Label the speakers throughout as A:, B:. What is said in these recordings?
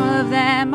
A: time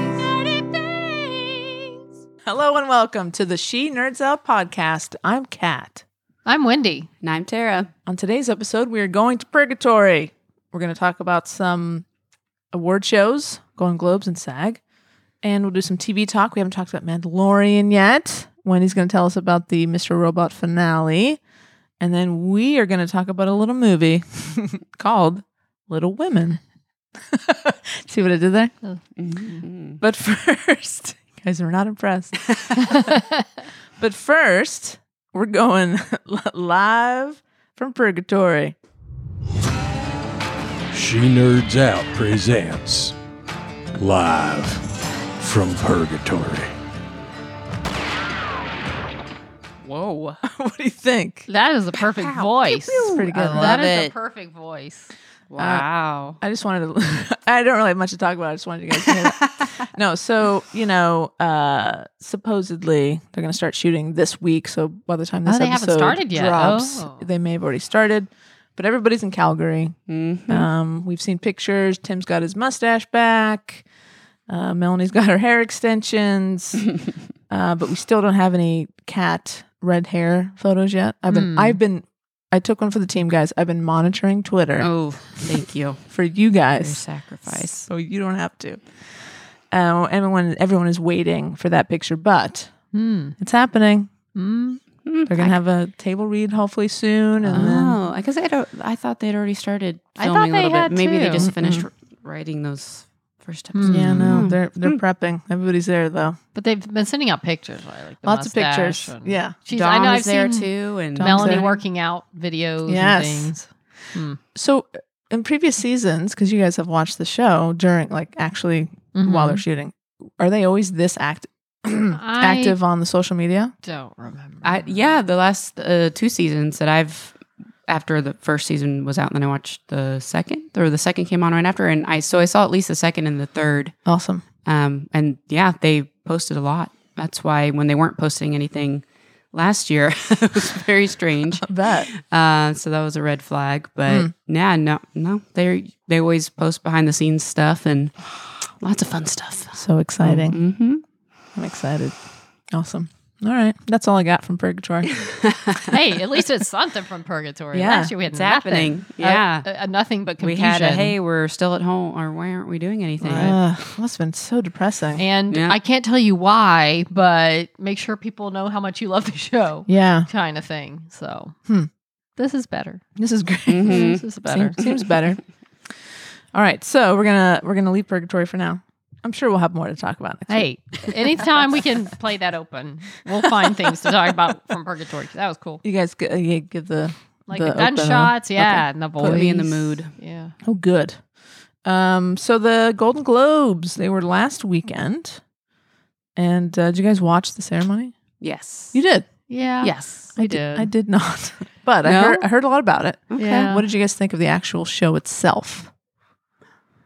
A: Nerdy things.
B: Hello and welcome to the She Nerds Out podcast. I'm Kat.
C: I'm Wendy.
A: And I'm Tara.
B: On today's episode, we are going to Purgatory. We're going to talk about some award shows, Golden Globes and SAG, and we'll do some TV talk. We haven't talked about Mandalorian yet. Wendy's going to tell us about the Mr. Robot finale, and then we are going to talk about a little movie called Little Women. See what I did there? But first, you guys are not impressed. But first, we're going live from Purgatory.
D: She Nerds Out presents Live from Purgatory.
B: Whoa. what do you think?
C: that is a perfect voice.
B: It's pretty good.
C: That is
B: right?
E: love
C: a
E: it.
C: perfect voice.
E: Wow.
B: I just wanted to, I don't really have much to talk about. I just wanted you guys to hear that. no, so, you know, uh supposedly they're going to start shooting this week. So by the time this
C: Oh, they haven't
B: episode
C: started yet.
B: drops,
C: Oh.
B: they may have already started. But everybody's in Calgary.
C: Mm-hmm.
E: Mhm.
B: Um, we've seen pictures. Tim's got his mustache back. Uh, Melanie's got her hair extensions. uh, but we still don't have any cat red hair photos yet. I've been,
C: Hmm.
B: I've been, I took one for the team, guys. I've been monitoring Twitter
E: Oh, thank you
B: for you
E: for your
B: guys,
E: sacrifice.
B: so you don't have to. Uh, everyone, everyone is waiting for that picture, but
C: Hmm.
B: it's happening.
C: Hmm.
B: They're gonna have a table read hopefully soon, and then
E: Oh, I guess I don't. I thought they'd already started
C: I thought
E: filming a
C: they
E: little
C: had
E: bit. Maybe they
C: too.
E: just finished writing those first
C: Mm.
E: episodes.
B: yeah, no,
E: Mm.
B: they're they're prepping. Everybody's there though.
C: But they've been sending out pictures, right? Like the
B: Lots of
C: mustache
B: pictures.
C: and-
B: Yeah.
C: Jeez, I
E: Dom
C: know I've
E: is there
C: seen
E: too, and
B: Dom-
C: Melanie
B: there.
C: working out videos
B: Yes.
C: and things. Hmm.
B: So uh, in previous seasons, because you guys have watched the show during like actually while they're
C: Mhm.
B: shooting, are they always this act
C: I-
B: active on the social media?
C: don't remember.
E: I, yeah, the last uh, two seasons that I've after the first season was out, and then I watched the second, or the second came on right after, and I so I saw at least the second and the third.
B: Awesome.
E: Um, and yeah, they posted a lot. That's why when they weren't posting anything last year, it was very strange.
B: But
E: Uh, so that was a red flag. But yeah, no, no, they they always post behind the scenes stuff and lots of fun stuff.
B: so exciting.
E: Mm-hmm.
B: I'm excited. Awesome. All right. That's all I got from Purgatory.
C: hey, at least it's something from purgatory.
B: Yeah,
C: Last year we had
E: It's
C: nothing.
E: happening. Yeah,
C: Uh, uh, nothing but
E: we
C: confusion.
E: had a hey, we're still at home, or why aren't we doing anything?
B: Ugh, must have been so depressing.
C: And
E: Yeah.
C: I can't tell you why, but make sure people know how much you love the show,
B: Yeah.
C: kind of thing. So
B: Hmm.
C: this is better.
B: This is great.
E: Mhm.
C: This is Mm-hmm. better.
B: Seems, seems better. All right. So we're gonna we're gonna leave Purgatory for now. I'm sure we'll have more to talk about next week.
C: Hey, anytime we can play that open, we'll find things to talk about from Purgatory. 'cause That was cool.
B: You guys g- uh, you give the
C: Like
B: The
C: the,
B: open, uh,
C: gunshots, yeah, and the voice.
E: Put me in the mood.
C: Yeah.
B: Oh, good. Um, so the Golden Globes, they were last weekend. And uh, did you guys watch the ceremony?
E: Yes.
B: You did.
C: Yeah.
E: Yes.
C: I
B: di-
C: did.
B: I did not. but I,
E: No?
B: heard, I heard a lot about it.
E: Okay.
C: Yeah.
B: What did you guys think of the actual show itself?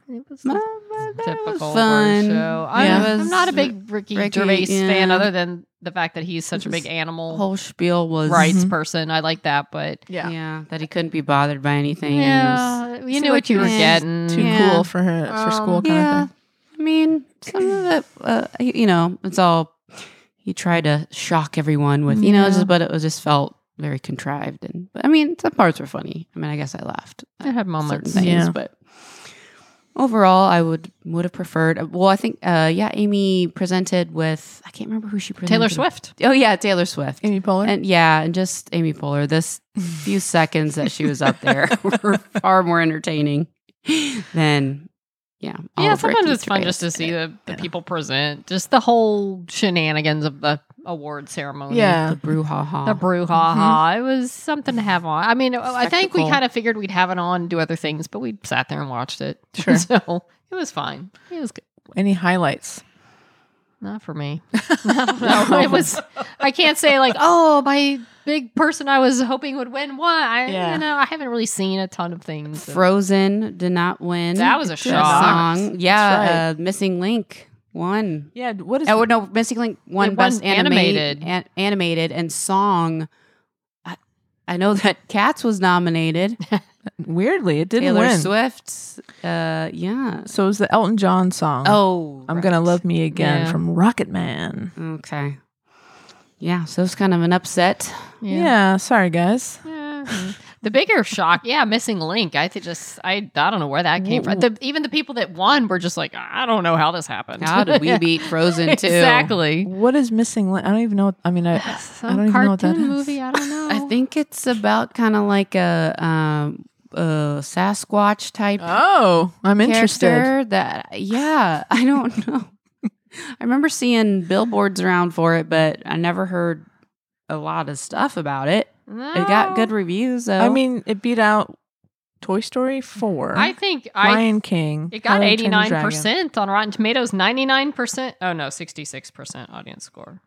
C: It was
E: Ma-
C: the
E: ma- that was
C: typical
E: fun.
C: horror show. I'm,
B: Yeah.
C: I'm
E: was-
C: not a big Ricky,
E: Ricky,
C: Gervais fan,
E: yeah.
C: other than the fact that he's such a big
E: His The
C: animal
E: whole Mm-hmm. spiel was
C: rights
B: Mhm.
C: person. I like that, but
E: Yeah.
B: Yeah.
E: that he couldn't be bothered by anything. and it was-
C: yeah, you
B: seemed
C: knew
B: like
C: what you
B: he
C: were
B: was
C: getting.
B: Too
E: Yeah.
B: cool for her for
C: Um,
B: school kind
E: yeah.
B: of thing.
E: I mean, some of it, uh, you you know, it's all he tried to shock everyone with, you know,
C: Yeah.
E: just but it was just felt very contrived. And but I mean, some parts were funny. I mean, I guess I laughed.
C: I had
E: certain
C: moments.
E: things,
B: Yeah.
E: but overall, I would would have preferred. Well, I think, uh, yeah, Amy presented with I can't remember who she presented.
C: Taylor
E: with.
C: Swift.
E: Oh yeah, Taylor Swift.
B: Amy Poehler.
E: And yeah, and just Amy Poehler. This few seconds that she was up there were far more entertaining than yeah. all
C: yeah,
E: of
C: sometimes
E: Ricky's
C: it's fun
E: debate.
C: just to see the, the
B: Yeah.
C: people present, just the whole shenanigans of the award ceremony.
B: yeah.
E: the brouhaha.
C: The brouhaha. It was something to have on. I mean, I think we
E: Spectacle.
C: kind of figured we'd have it on, and do other things, but we sat there and watched it.
B: Sure.
C: so it was fine. It was good.
B: Any highlights?
C: Not for me. no, it was. I can't say like, oh, my big person I was hoping would win won. I,
B: Yeah.
C: You know, I haven't really seen a ton of things.
E: Frozen did not win.
C: That was a
E: Good
C: shock.
E: Song. Yeah,
B: That's
E: uh, Missing Link won.
B: Yeah. What is
E: Oh no, Missing Link won
C: It won
E: best animated,
C: animated.
E: an- animated and song. I, I know that Cats was nominated.
B: weirdly? It didn't
E: Taylor
B: win.
E: Swift. Uh, yeah.
B: So it was the Elton John song.
E: Oh,
B: I'm
E: right.
B: gonna love me again
C: Yeah. Mm.
B: from Rocket Man.
E: Okay. Yeah, so it's kind of an upset.
B: Yeah. sorry guys.
C: Yeah. The bigger shock, yeah, missing link. I think just I I don't know where that came from. The, even the people that won were just like, I don't know how this happened.
E: How did we beat Frozen too?
C: exactly?
B: What is missing? Link? I don't even know. What, I mean, I
C: Some
B: don't even know
C: cartoon
B: what that is.
C: movie. I don't know.
E: I think it's about kind of like a um, a Sasquatch type
B: oh, I'm interested.
E: character that yeah, I don't know. I remember seeing billboards around for it, but I never heard a lot of stuff about it. It
C: Oh.
E: got good reviews though.
B: I mean, it beat out Toy Story Four,
C: I think I
B: Lion King.
C: It got
B: How to
C: eighty
B: Train Your
C: nine
B: Dragon.
C: percent on Rotten Tomatoes, ninety nine percent. Oh no, sixty six percent audience score.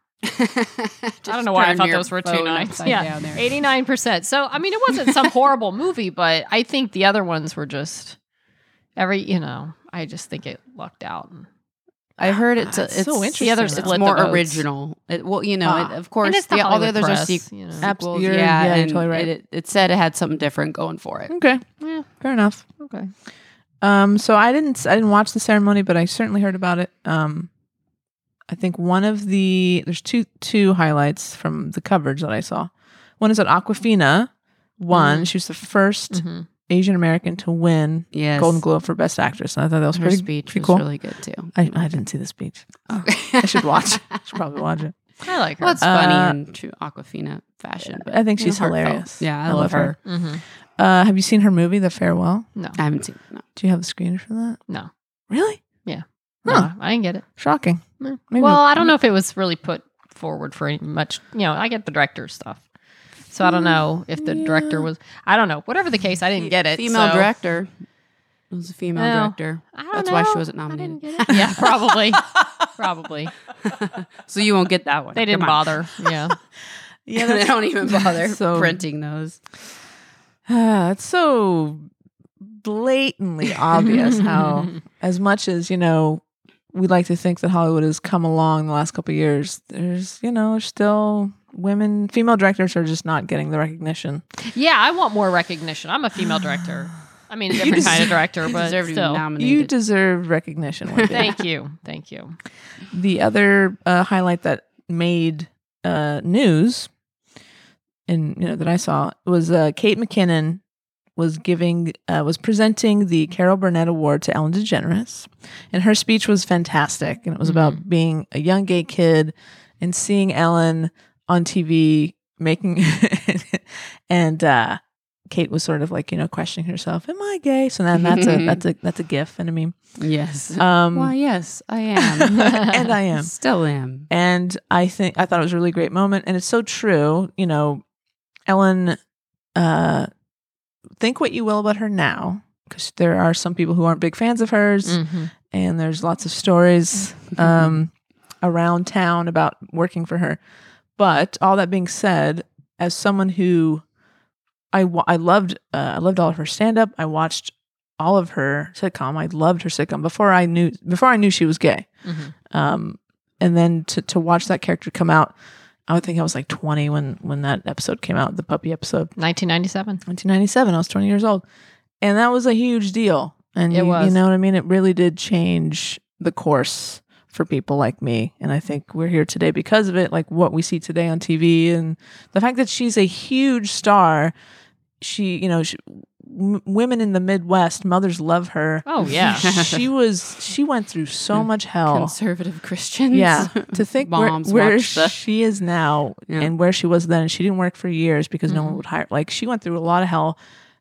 C: I
E: Oh,
C: don't know why I thought those were two nights. Yeah, eighty nine percent. So I mean, it wasn't some horrible movie, but I think the other ones were just every. You know, I just think it lucked out. And,
E: I heard it's
B: That's
E: it's
B: so
E: The
B: interesting,
E: others
C: though.
E: it's
C: Split the
E: more
C: votes.
E: original. It, well, you know,
B: Ah.
E: it, of course,
C: it's the
E: the- all the
C: Hollywood
E: others are
C: press,
E: sequ-
C: you know.
E: sequels.
B: Abs- you're-
E: yeah,
B: yeah, you're
E: and
B: totally right.
E: It, it said it had something different going for it.
B: Okay,
C: Yeah.
B: fair enough.
C: Okay.
B: Um, so I didn't I didn't watch the ceremony, but I certainly heard about it. Um, I think one of the there's two two highlights from the coverage that I saw. One is that Aquafina
E: Mm-hmm.
B: won. She was the 1st
C: Mhm.
B: Asian American to win
E: Yes,
B: Golden Globe for Best Actress, and I thought that was
E: Her
B: pretty
E: speech
B: pretty
E: was
B: cool.
E: really Oh. good too.
B: I, I didn't see the speech. I should watch. it. I should probably watch it.
C: I like her.
E: Well, it's
B: Uh,
E: funny in true Aquafina fashion. But
B: I think
E: you
B: she's
E: know, heartfelt.
B: hilarious.
E: Yeah, I, love her.
C: hmm
B: Uh, have you seen her movie, The Farewell?
C: No,
E: I haven't seen. it, No.
B: Do you have a screener for that?
C: no,
B: Really?
C: no,
B: Huh.
C: I didn't get it.
B: Shocking.
C: No.
B: Maybe-
C: Well, I don't know if it was really put forward for any much. You know, I get the director's stuff. So I don't know if the director
B: Yeah.
C: was. I don't know. Whatever the case, I didn't get it.
E: Female
C: so-
E: director. It was a female
C: No.
E: director.
C: I don't
E: That's why she
C: know.
E: wasn't
C: I didn't
E: nominated.
C: get it. yeah, probably, probably.
E: So you won't get that one.
C: They didn't
E: Come on.
C: bother. Yeah,
B: Yeah,
E: they don't even bother
B: So-
E: printing those.
B: Ah, it's so blatantly obvious how, as much as you know, we like to think that Hollywood has come along the last couple of years. There's, you know, still women, female directors are just not getting the recognition.
C: yeah. I want more recognition. I'm a female director. I mean, a different kind of director,
E: You
C: but
E: deserve to be
C: still.
E: nominated.
B: You deserve recognition. Wendy.
C: Thank you, thank you.
B: the other uh, highlight that made uh, news, and you know that I saw was uh, Kate McKinnon was giving uh, was presenting the Carol Burnett Award to Ellen DeGeneres, and her speech was fantastic, and it was
E: Mm-hmm.
B: about being a young gay kid and seeing Ellen on TV making and uh Kate was sort of like, you know, questioning herself, am I gay? So then that's
E: Mm-hmm.
B: a that's a that's a gif and a meme.
E: Yes.
B: Um
E: Why? Yes, I am.
B: and I am.
E: Still am.
B: And I think I thought it was a really great moment. And it's so true. You know, Ellen, uh, think what you will about her now, because there are some people who aren't big fans of hers,
C: Mhm.
B: and there's lots of stories um, around town about working for her. But all that being said, as someone who I wa- I loved uh, I loved all of her stand up. I watched all of her sitcom. I loved her sitcom before I knew before I knew she was gay
C: Mhm.
B: um, and then to, to watch that character come out i would think i was like 20 when when that episode came out the puppy episode
C: 1997.
B: 1997 i was 20 years old and that was a huge deal and
C: It
B: you, you
C: was.
B: know what i mean it really did change the course for people like me and i think we're here today because of it like what we see today on tv and the fact that she's a huge star she you know she, m- women in the midwest mothers love her
C: Oh yeah.
B: she was she went through so much hell
E: Conservative Christians.
B: Oh. yeah, to think where,
E: Moms
B: where
E: watch the-
B: she is now
E: Yeah. Mm-hmm.
B: and where she was then, she didn't work for years because no one would hire. Like she went through a lot of hell,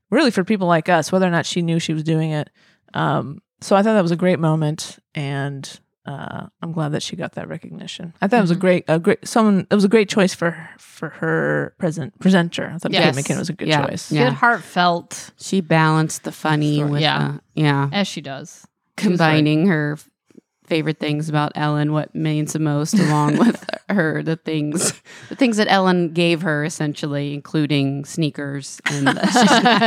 B: really, for people like us, whether or not she knew she was doing it. Um, so I thought that was a great moment, and uh, I'm glad that she got that recognition. I thought it was a
E: Mm-hmm.
B: great, a great someone. It was a great choice for for her present presenter. I thought
C: Yes.
B: Kate McKinnon was a good
E: Yeah.
B: choice.
E: Yeah.
C: Good heartfelt,
E: She balanced the funny
C: Sure.
E: with
C: Yeah.
E: yeah, yeah,
C: as she does.
E: combining her favorite things about Ellen, what means the most, along with her the things the things that Ellen gave her, essentially, including sneakers and uh,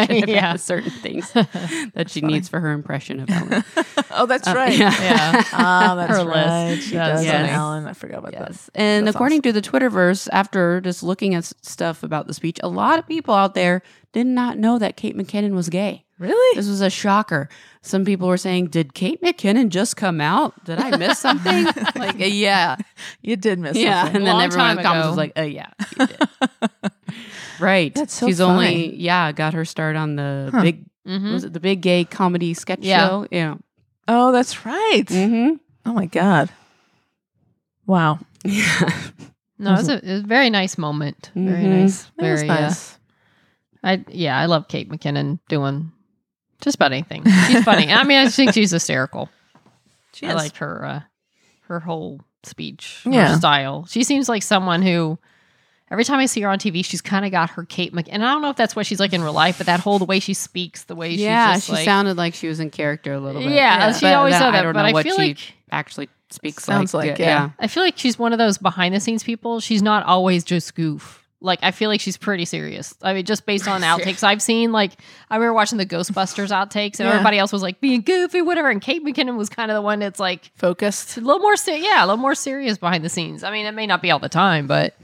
C: Yeah.
E: yeah. certain things that she needs for her impression of Ellen.
B: Oh, that's
E: Uh,
B: right.
E: yeah.
C: Yeah.
B: Ah, that's
C: Her list.
B: right. She
C: Yes.
B: does on
E: Yes.
B: Ellen. I forgot about that.
E: Yes. And
B: That's
E: according to the Twitterverse, after just looking at s- stuff about the speech, a lot of people out there did not know that Kate McKinnon was gay.
B: Really?
E: This was a shocker. Some people were saying, "Did Kate McKinnon just come out? Did I miss something?" like, uh, yeah,
B: You did miss
E: yeah.
B: something.
E: And then
C: Long
E: everyone in the
C: time
E: comments
C: ago.
E: was like, "Oh yeah, you did." right."
B: That's so
E: She's
B: funny.
E: only yeah got her start on the
B: Huh.
E: big
C: Mhm.
E: was it the big gay comedy sketch
C: Yeah.
E: show? Yeah.
B: Oh, that's right.
E: Mm-hmm.
B: Oh my god. Wow.
E: Yeah.
C: No, it was, a, it was a very nice moment. Very
E: Mhm.
C: nice.
B: That was
C: Very uh,
B: nice.
C: I yeah, I love Kate McKinnon doing just about anything. She's funny. I mean, I think she's hysterical.
B: She
C: I liked her uh, her whole speech, her
B: Yeah.
C: style. She seems like someone who every time I see her on TV, she's kind of got her Kate McKinnon. And I don't know if that's what she's like in real life, but that whole the way she speaks, the way
E: yeah,
C: she's just
E: she
C: like,
E: sounded like she was in character a little
C: yeah,
E: bit.
C: she
E: But
C: always
E: that-
C: said
E: I
C: that.
E: don't
C: but
E: know
C: I
E: what
C: feel
E: she
C: like
E: actually speaks
B: Sounds
E: like.
B: like, yeah.
C: I feel like she's one of those behind the scenes people. She's not always just goof. Like I feel like she's pretty serious. I mean, just based on outtakes I've seen, like I remember watching the Ghostbusters outtakes, and
B: Yeah.
C: everybody else was like being goofy, whatever. And Kate McKinnon was kind of the one that's like
B: Focused.
C: a little more, se- yeah, a little more serious behind the scenes. I mean, it may not be all the time, but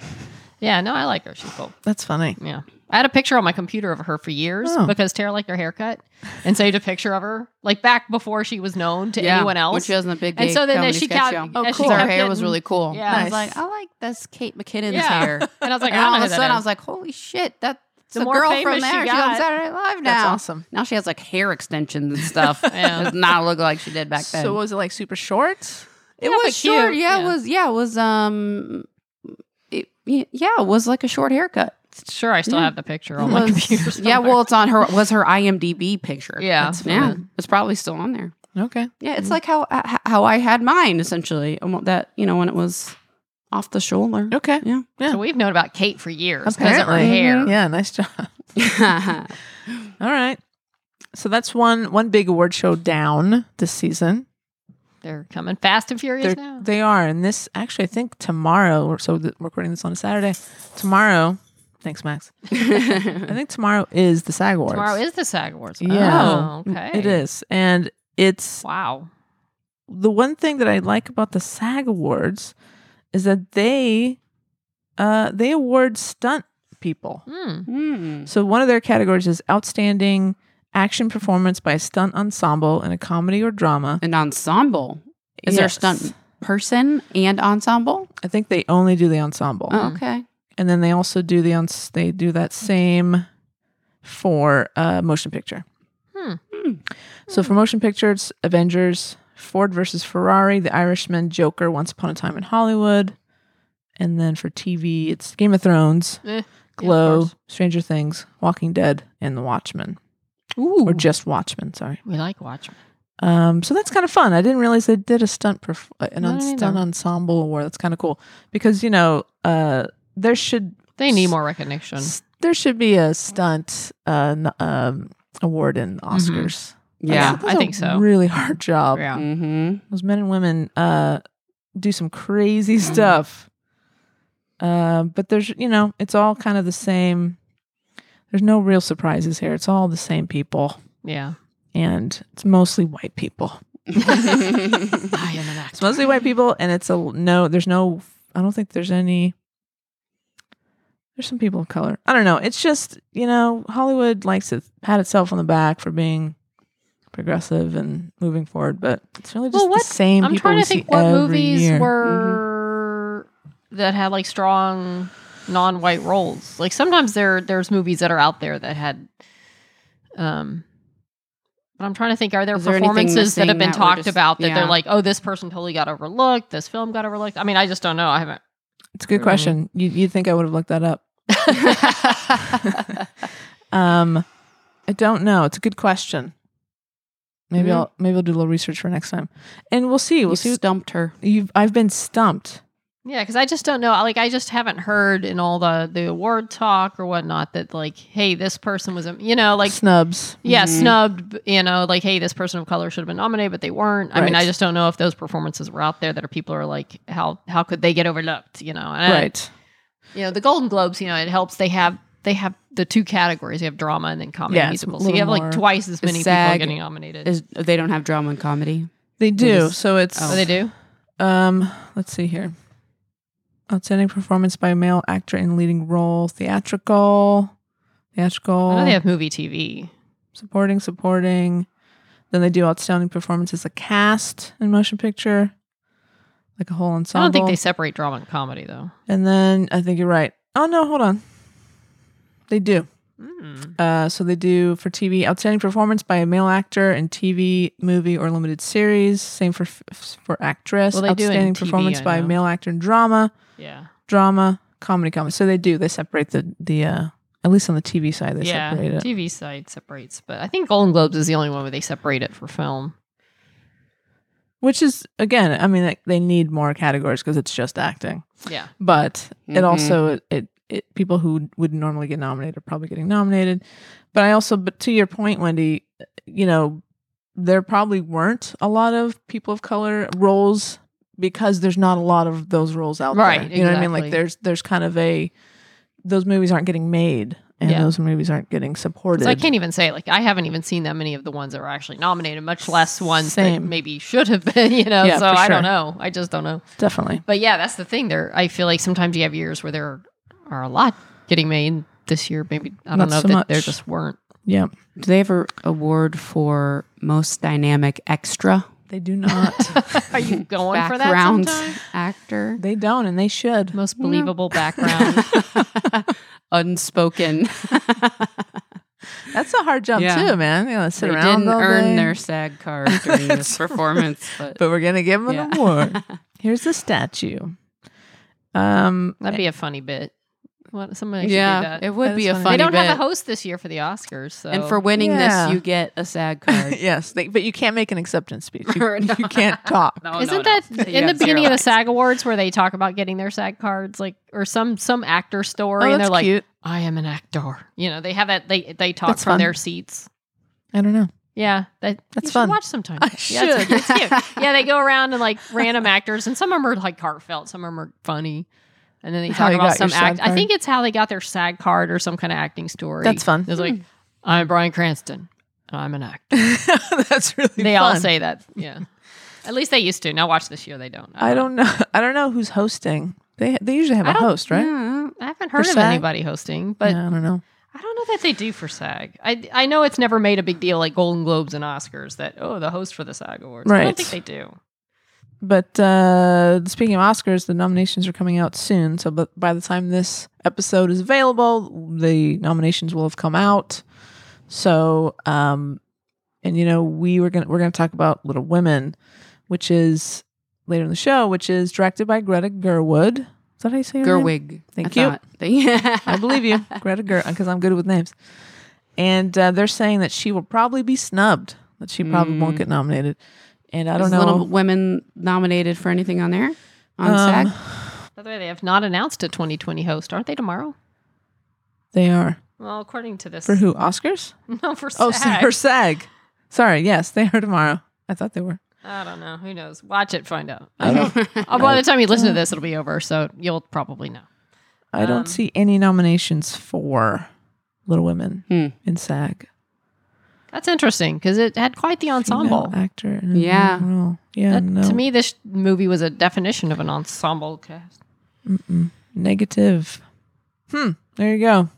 C: yeah, no, I like her. She's cool.
B: That's funny.
C: Yeah. I had a picture on my computer of her for years
B: Oh.
C: because Tara liked her haircut and saved a picture of her like back before she was known to
E: Yeah,
C: anyone else.
E: When she was in the big
C: And
E: gay
C: so then
E: comedy
C: she
E: sketch
C: kept-
E: show.
C: Oh,
E: And she-
B: cool.
E: Her hair was
C: Getting-
E: really cool.
C: Yeah.
E: I was
B: Nice.
E: like, I like this Kate McKinnon's
C: Yeah.
E: hair.
C: And I was like,
E: and
C: I don't know
E: all of
C: who
E: a
C: that
E: sudden, I
C: is.
E: was like, holy shit, that's
C: The
E: the,
C: more
E: girl
C: famous
E: from
C: she
E: there. She's
C: got.
E: on Saturday Night Live now.
B: That's awesome.
E: Now she has like hair extensions and stuff.
C: Yeah.
E: Does not look like she did back then.
B: So was it like super short?
E: it
C: Yeah, but
E: was short.
C: cute.
E: Yeah,
C: Yeah.
E: it was. Yeah, it was. Um, it, yeah, it was like a short haircut.
C: Sure, I still
E: Yeah.
C: have the picture on my computer.
E: yeah,
C: somewhere.
E: well, it's on her. Was her IMDb picture?
C: Yeah.
E: That's-
C: That's
E: yeah, Mm-hmm.
C: fine.
E: it's probably still on there.
B: Okay.
E: Yeah, it's like how h- how I had mine essentially. um, That you know when it was off the shoulder.
B: Okay.
E: Yeah.
C: so we've known about Kate for years because of her
B: Apparently.
C: hair.
B: Mm-hmm. Yeah, nice job. All right. So that's one one big award show down this season.
C: They're coming fast and furious
B: They're,
C: now.
B: they are, and this actually, I think tomorrow. or So th- we're recording this on a Saturday. Tomorrow, thanks, Max. I think tomorrow is the SAG Awards.
C: Tomorrow is the SAG Awards.
B: Yeah.
C: Oh, okay.
B: It is, and it's
C: Wow.
B: the one thing that I like about the SAG Awards is that they uh, they award stunt people.
C: Hmm.
E: Hmm.
B: So one of their categories is outstanding action performance by a stunt ensemble in a comedy or drama.
E: An ensemble. Is there a
B: Yes.
E: stunt person and ensemble?
B: I think they only do the ensemble.
E: Oh, okay.
B: and then they also do the uns- they do that same for uh, motion picture.
C: Hmm.
B: So for motion picture, it's Avengers, Ford versus Ferrari, The Irishman, Joker, Once Upon a Time in Hollywood, and then for TV, it's Game of Thrones,
C: Eh, yeah, of
B: Glow,
C: course.
B: Stranger Things, Walking Dead, and The Watchmen,
C: Ooh.
B: or just Watchmen. Sorry.
C: we like Watchmen.
B: Um, so that's kind of fun. I didn't realize they did a stunt perf- uh, an
C: No,
B: un-
C: neither.
B: stunt ensemble award. That's kind of cool because you know uh, there should
C: They need more recognition.
B: S- There should be a stunt uh, n- um, award in Oscars.
E: Yeah.
B: That's- that's
C: Mm-hmm. I
B: a
C: think so.
B: Really hard job.
C: Yeah.
E: Mm-hmm.
B: Those men and women uh, do some crazy
C: Mm-hmm.
B: stuff. Uh, but there's, you know, it's all kind of the same. There's no real surprises here. It's all the same people,
C: Yeah.
B: and it's mostly white people.
C: I am an
B: It's
C: actor.
B: mostly white people, and it's a no. There's no. I don't think there's any. There's some people of color. I don't know. It's just you know Hollywood likes to pat itself on the back for being progressive and moving forward, but it's really just
C: Well, what-
B: the same
C: I'm
B: people
C: trying
B: we
C: to
B: see
C: think what
B: every
C: movies
B: year.
C: were
E: Mm-hmm.
C: that had like strong non-white roles. Like sometimes there there's movies that are out there that had um but I'm trying to think are there
E: Is there anything
C: performances that have been
E: missing that we're
C: talked
E: just-
C: about that they're
E: yeah.
C: like, "Oh, this person totally got overlooked. This film got overlooked." I mean, I just don't know. I haven't
B: It's a good
C: Mhm.
B: question. You you think I would have looked that up? Um, I don't know. It's a good question. Maybe
E: Mhm.
B: I'll maybe I'll do a little research for next time, and we'll see. We'll
E: You
B: see.
E: stumped her.
B: You've, I've been stumped.
C: Yeah, because I just don't know. Like, I just haven't heard in all the the award talk or whatnot that like, hey, this person was, a, you know, like,
B: snubs.
C: yeah, snubbed. b- You know, like, hey, this person of color should have been nominated, but they weren't. I mean,
B: Right.
C: I just don't know if those performances were out there that are people are like, how how could they get overlooked? You know, and I-
B: Right.
C: you know the golden globes you know it helps they have they have the two categories you have drama and then comedy
B: Yeah, it's a
C: musical so you have
B: little
C: like
B: more-
C: twice as many people
E: SAG
C: getting nominated
E: Is they don't have drama and comedy?
B: They do.
E: is-
B: So it's
C: oh they do
B: Um, let's see here. Outstanding performance by male actor in leading role, theatrical, theatrical,
C: i know they have movie tv
B: supporting, supporting. Then they do outstanding performances, a cast in motion picture, like a whole
C: i
B: ensemble.
C: don't think they separate drama and comedy though
B: And then I think you're right. Oh no, hold on. They do.
C: Hmm.
B: Uh, so they do for TV outstanding performance by a male actor in TV, movie, or limited series. Same for f- for actress.
C: Well, they do in
B: outstanding
C: TV,
B: performance
C: I
B: by a
C: know.
B: male actor in drama,
C: yeah
B: drama, comedy, comedy. So they do. They separate the the uh, at least on the TV side they
C: yeah
B: separate it.
C: tv side separates but i think golden globes is the only one where they separate it for film
B: Which is again, I mean, like, they need more categories because it's just acting.
C: yeah
B: but it
E: Mhm.
B: also it, it people who would normally get nominated are probably getting nominated but i also but to your point wendy you know there probably weren't a lot of people of color roles because there's not a lot of those roles out
C: Right,
B: there you know what i mean
C: exactly.
B: like there's there's kind of a those movies aren't getting made and
C: Yeah.
B: those movies aren't getting supported
C: so i can't even say like i haven't even seen that many of the ones that were actually nominated much less ones that
B: Same.
C: maybe should have been you know
B: Yeah,
C: so
B: for
C: i don't
B: sure.
C: know i just don't know
B: definitely
C: But yeah, that's the thing. There, I feel like sometimes you have years where there are a lot getting made. This year, maybe I don't
B: Not
C: know.
B: so
C: that there
B: much.
C: just weren't.
B: yeah
E: Do they have a award for most dynamic extra
B: they do not
C: Are you going for that?
E: background
C: sometime?
E: actor?
B: they don't and they should
C: Most believable background.
E: Unspoken.
B: that's a hard job
E: Yeah.
B: too man you know sit
E: they
B: around
E: didn't
B: all
E: earn
B: day.
E: their SAG card during this performance, but
B: but we're gonna give him
E: Yeah.
B: an award. Here's the statue. Um,
C: That'd be a funny bit. What somebody should do
E: yeah,
C: that.
E: it would
B: That
E: be a
B: is
E: funny.
B: funny.
C: they don't
E: bit.
C: have a host this year for the Oscars. So.
E: And for winning
B: Yeah.
E: this, you get a SAG card.
B: yes, they, but you can't make an acceptance speech. You,
E: No.
B: you can't talk.
E: No,
C: Isn't
E: Oh, no, no.
C: that
E: You
C: in the
E: got zero
C: beginning of the
E: likes.
C: SAG Awards where they talk about getting their SAG cards, like or some some actor story,
B: Oh,
C: and they're
B: that's
C: like,
B: cute.
C: "I am an actor." You know, they have that. They they talk
B: That's
C: from
B: fun.
C: their seats.
B: I don't know.
C: Yeah, that,
B: That's
C: you should
B: fun.
C: Watch sometime.
B: I
C: Yeah, it's-
B: should.
C: it's cute. yeah, they go around and like random actors, and some of them are like heartfelt, some of them are funny, and then they
B: How
C: talk
B: you
C: about
B: got your
C: some act.
B: SAG
C: I
B: card.
C: think it's how they got their SAG card or some kind of acting story.
B: That's fun. Hmm.
C: It's like I'm Brian Cranston. and I'm an actor.
B: That's really.
C: They all
B: fun.
C: say that. Yeah. At least they used to. Now watch this year. They don't.
B: I don't know. I don't know who's hosting. They they usually have
C: I
B: a
C: don't-
B: host, right?
E: Yeah.
C: I haven't heard of
B: SAG?
C: anybody hosting, but
B: Yeah, I don't know.
C: I don't know that they do for SAG. I I know it's never made a big deal like Golden Globes and Oscars that oh the host for the SAG Awards. I don't
B: Right.
C: think they do.
B: But uh, speaking of Oscars, the nominations are coming out soon. So, but by the time this episode is available, the nominations will have come out. So, um, and you know, we were gonna we're gonna talk about Little Women, which is later in the show, which is directed by Greta Gerwig. Is that how you say her name?
E: Gerwig.
B: Thank
E: I
B: you.
E: thought. Yeah.
B: I believe you, Greta Gerwig, because I'm good with names. And uh, they're saying that she will probably be snubbed. That she probably won't get nominated. And I don't
E: Mm. Is
B: know.
E: Little Women nominated for anything on there on
B: Um,
E: SAG.
C: By the way, they have not announced a 2020 host, aren't they tomorrow?
B: they are
C: Well, according to this,
B: for who? Oscars.
C: no, for
B: Oh,
C: SAG.
B: for SAG. Sorry. Yes, they are tomorrow. I thought they were.
C: I don't know. Who knows? Watch it, find out.
D: I don't,
C: Oh, by the time you listen to this, it'll be over, so you'll probably know.
B: I don't
C: Um,
B: see any nominations for Little Women
E: Hmm.
B: in SAG.
C: That's interesting because it had quite the ensemble.
B: Female actor. in a
E: Yeah.
B: leading role. Yeah.
C: That-
B: no.
C: To me, this movie was a definition of an ensemble cast.
B: negative. Hmm. There you go.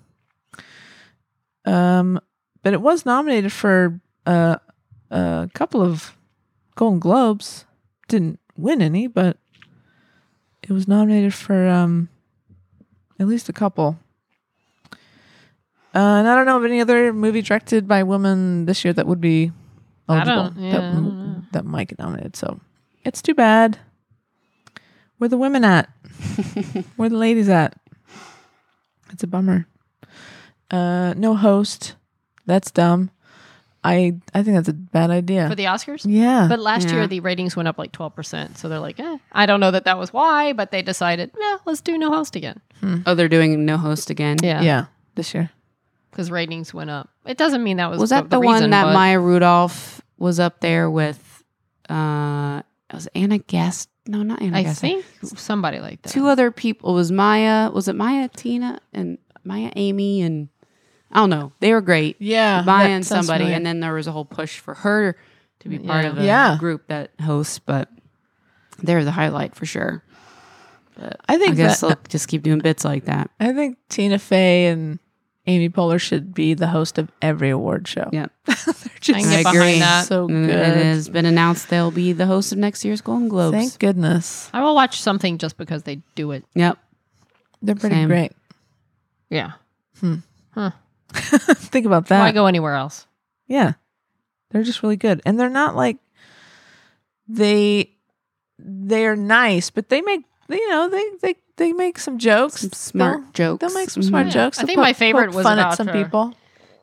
B: Um, but it was nominated for uh, a couple of Golden Globes. Didn't win any, but it was nominated for um, at least a couple. Uh, and I don't know of any other movie directed by women this year that would be
C: I
B: eligible
C: don't- yeah,
B: that,
C: I don't know.
B: that might get nominated. So it's too bad. Where the women at? Where the ladies at? It's a bummer. Uh, no host. That's dumb. I I think that's a bad idea.
C: for the Oscars.
B: yeah.
C: But last
E: Yeah.
C: year the ratings went up like twelve percent, so they're like, eh, I don't know that that was why, but they decided, yeah, let's do no host again.
E: Oh, they're doing no host again.
C: Yeah,
B: yeah. This year.
C: because ratings went up. It doesn't mean that was
E: Was that the,
C: reason,
E: one that
C: but-
E: Maya Rudolph was up there with? Uh, it was Anna Guest. No, not Anna
C: I
E: Gasteyer.
C: think somebody like that.
E: two other people. It was Maya. Was it Maya, Tina, and Maya, Amy, and I don't know. They were great.
B: Yeah.
E: Maya and somebody, and then there was a whole push for her to be part of a
B: Yeah.
E: group that hosts. But they're the highlight for sure.
B: I
E: I
B: think
E: guess
B: that,
E: they'll just keep doing bits like that.
B: I think Tina Fey and Amy Poehler should be the host of every award show.
E: Yep.
B: They're just
C: I can get
E: I agree.
C: behind that.
B: so
E: And
B: good.
E: Mm, It has been announced they'll be the host of next year's Golden Globes.
B: Thank goodness.
C: I will watch something just because they do it.
E: yep.
B: They're pretty
E: Same.
B: great.
C: Yeah.
B: Think about that.
C: Why go anywhere else?
B: Yeah. They're just really good. And they're not like they they're nice, but they make you know, they they they make some jokes.
E: Some smart jokes. Mm-hmm.
B: They'll make some smart
C: Mhm.
B: jokes.
C: I
B: They'll
C: think my
B: poke-
C: favorite
B: poke
C: was
B: fun
C: about
B: at some
C: her.
B: people.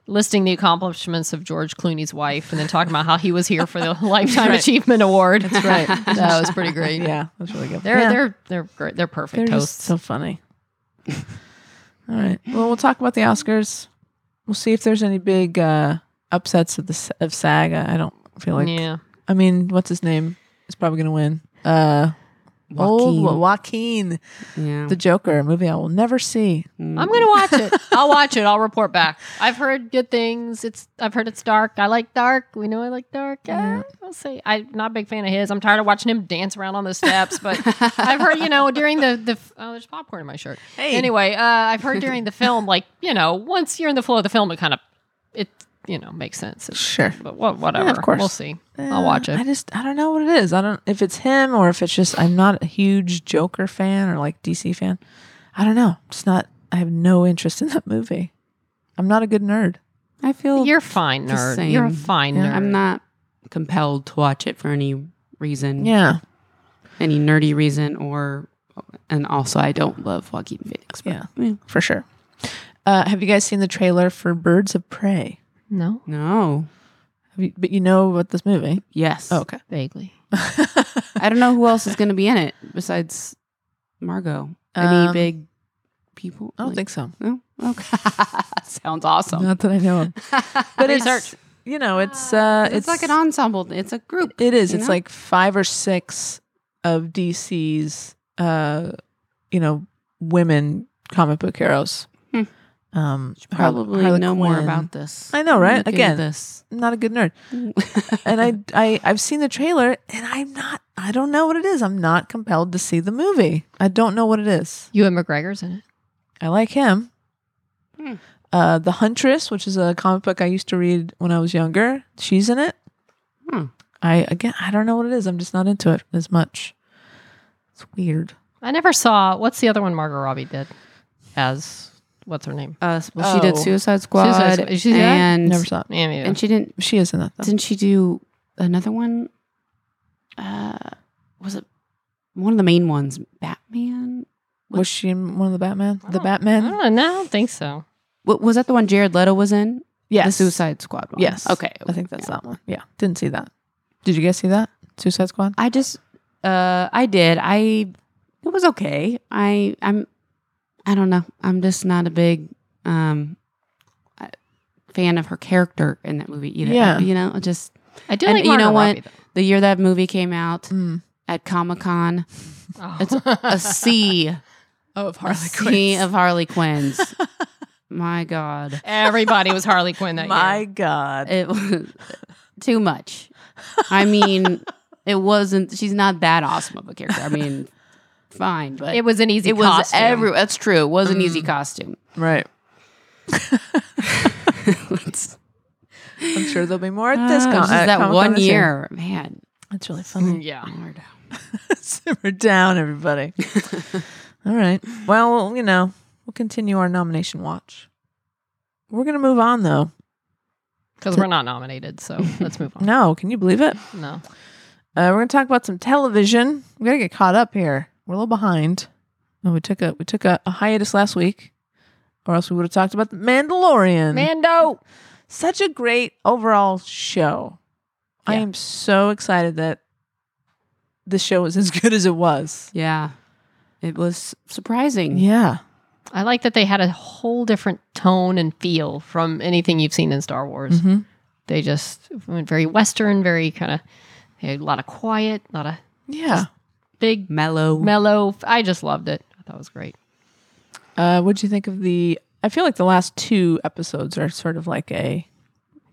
C: Listing the accomplishments of George Clooney's wife and then talking about how he was here for the Lifetime Achievement Award. That's
B: right.
C: that was pretty great.
B: Yeah, that's really good.
C: They're
B: Yeah.
C: they're they're great. They're perfect
B: They're just
C: hosts.
B: so funny. All right. Well, we'll talk about the Oscars. We'll see if there's any big uh, upsets of the s- of SAG. I I don't feel like.
C: yeah.
B: I mean, what's his name? Is probably gonna win. Uh, Old Wa- Joaquin,
E: Yeah.
B: the Joker, a movie I will never see.
C: I'm gonna watch it. I'll watch it. I'll report back. I've heard good things. It's I've heard it's dark. I like dark. We know I like dark. Yeah, I'll say I'm not a big fan of his. I'm tired of watching him dance around on the steps. But I've heard you know during the the oh there's popcorn in my shirt.
B: Hey.
C: Anyway, uh, I've heard during the film like you know once you're in the flow of the film it kind of it you know makes sense. It's,
B: Sure.
C: but wha- whatever.
B: of course.
C: We'll see. I'll watch
B: I
C: it.
B: just I don't know what it is. I don't if it's him or if it's just I'm not a huge Joker fan or like DC fan. I don't know. It's not. I have no interest in that movie. I'm not a good nerd.
E: I feel
C: You're fine,
E: the
C: nerd. You're a
E: same.
C: fine nerd.
E: I'm not compelled to watch it for any reason,
B: Yeah.
E: any nerdy reason, or and also I don't love Joaquin Phoenix. But,
B: Yeah. for sure. Uh, have you guys seen the trailer for Birds of Prey?
C: No,
E: No.
B: Have you, but you know about this movie.
E: Yes.
B: Oh, okay.
C: vaguely.
E: I don't know who else is going to be in it besides Margot. Any
B: Um,
E: big people?
B: I don't
E: Like-
B: think so.
E: No. Okay. Sounds awesome.
B: Not that I know of. but it's
C: Research.
B: you know it's uh,
E: it's, like an ensemble. It's a group.
B: It is.
E: you
B: It's
E: know?
B: like five or six of DC's, uh, you know, women comic book heroes.
E: Hmm.
B: Um, Har-
E: Probably
B: Harley
E: know more
B: Quinn.
E: about this.
B: I know, right?
E: Looking at
B: Again.
E: this.
B: I'm not a good nerd, and I, I I've seen the trailer, and I'm not. I don't know what it is. I'm not compelled to see the movie. I don't know what it is.
C: Ewan McGregor's in it.
B: I like him.
E: Hmm.
B: Uh, the Huntress, which is a comic book I used to read when I was younger, she's in it.
E: Hmm.
B: I again, I don't know what it is. I'm just not into it as much. It's weird.
C: I never saw what's the other one Margot Robbie did as what's her name?
E: Uh, well, she did
B: Oh.
E: Suicide Squad,
C: Squad. Is she in that?
E: and
B: Never saw it.
C: Yeah, yeah.
E: and she didn't.
B: She is in that though.
E: Didn't she do another one? Uh, was it one of the main ones? Batman.
B: Was she in one of the Batman?
C: I
B: The
C: don't- I
B: Batman?
C: don't know. I don't think so.
E: Wa- was that the one Jared Leto was in?
B: Yes.
E: The Suicide Squad one.
B: Yes.
E: Okay.
B: I think that's that one. Yeah. Didn't see that. Did you guys see that? Suicide Squad?
E: I just uh I did. I it was okay. I I'm I don't know. I'm just not a big um uh, fan of her character in that movie either.
B: Yeah.
E: You know, just
C: I do
E: And
C: like
E: you
C: Margot
E: know what?
C: Robbie,
E: the year that movie came out
B: Mm.
E: at Comic-Con,
C: though.
E: It's a sea,
B: Oh, of
E: a sea of Harley Quinns. My god.
C: Everybody was Harley Quinn that
B: My
C: year.
B: God.
E: It was too much. I mean, it wasn't she's not that awesome of a character. I mean, fine, but
C: It was an easy
E: it was
C: costume. Mm.
E: every that's true it was an easy costume
B: right.
E: It's-
B: I'm sure there'll be more at
E: Ah,
B: this.
E: it
B: con-
E: was just
B: at
E: that
B: Comic-Con
E: one
B: this
E: year man
B: That's really funny.
C: yeah.
E: Lord.
B: Simmer down, everybody. All right. Well, you know, we'll continue our nomination watch. We're going to move on, though.
C: Because we're not nominated, so let's move on.
B: No, can you believe it?
C: No.
B: Uh, we're going to talk about some television. We got to get caught up here. We're a little behind. And we took a we took a, a hiatus last week, or else we would have talked about the Mandalorian.
C: Mando.
B: Such a great overall show. I
E: Yeah.
B: am so excited that the show was as good as it was.
E: Yeah. It was surprising.
B: Yeah.
C: I like that they had a whole different tone and feel from anything you've seen in Star Wars.
E: Mm-hmm.
B: Mhm.
C: They just went very Western, very kind of they had a lot of quiet, a lot of
B: Yeah.
C: big
E: Mellow.
C: mellow. I just loved it. I thought it was great.
B: Uh, what'd you think of the? I feel like the last two episodes are sort of like a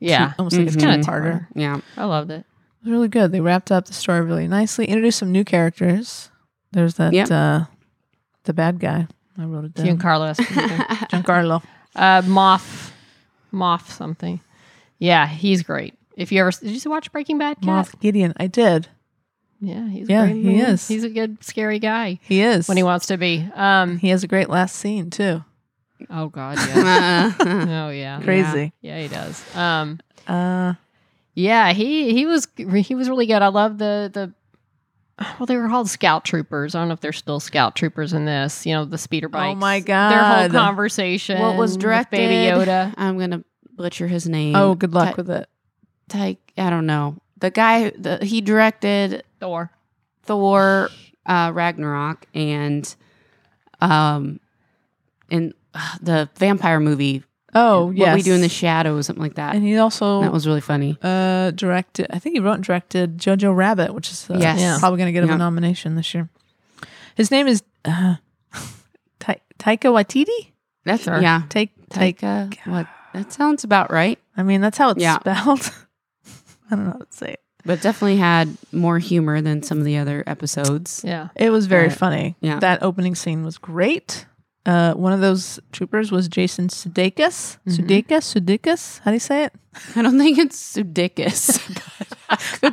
C: Yeah, Mm-hmm.
B: two- almost like
C: it's
B: a
C: kind
B: two
C: of
B: parter.
C: harder.
E: yeah.
C: I loved it.
B: It was really good. They wrapped up the story really nicely. Introduced some new characters. There's that
E: Yep.
B: uh, the bad guy. I wrote it down.
C: Giancarlo Esposito.
B: Giancarlo.
C: uh, Moff, Moff something. Yeah, he's great. If you ever did you watch Breaking Bad? Kat?
B: Moff Gideon. I did.
C: Yeah, he's
B: Yeah,
C: great in
B: he
C: that.
B: is.
C: He's a good scary guy
B: He is.
C: when he wants to be. Um.
B: he has a great last scene too.
C: Oh God. Yeah.
E: Uh,
C: oh yeah.
B: Crazy.
C: Yeah, he does. Um.
B: Uh,
C: Yeah, he he was he was really good. I love the the. Well, they were called scout troopers. I don't know if they're still scout troopers in this. You know, the speeder bikes.
B: Oh my
C: Their
B: God.
C: whole conversation.
E: what was
C: with
E: directed?
C: Baby Yoda.
E: I'm gonna butcher his name.
B: oh, good luck
E: Ty-
B: with it.
E: Ty- I don't know. The guy. The, he directed
C: Thor.
E: Thor, uh, Ragnarok, and um, in uh, the vampire movie.
B: Oh, yes.
E: What we do in the shadows, something like that.
B: and he also
E: that was really funny.
B: uh, directed. I think he wrote and directed Jojo Rabbit, which is uh,
E: Yes. Yeah.
B: probably going to get him
E: Yeah.
B: a nomination this year. His name is uh, Ta- Taika Waititi.
E: That's
C: Sure.
E: yeah.
B: Take take.
E: Taika. What? That sounds about right.
B: I mean, that's how it's
E: Yeah.
B: spelled. I don't know how to say it.
E: But definitely had more humor than some of the other episodes.
C: Yeah.
B: It was very
E: Right.
B: funny.
E: Yeah.
B: That opening scene was great. Uh, one of those troopers was Jason Sudeikis.
E: Mm-hmm.
B: Sudeikis, Sudeikis. How do you say it?
E: I don't think it's Sudeikis.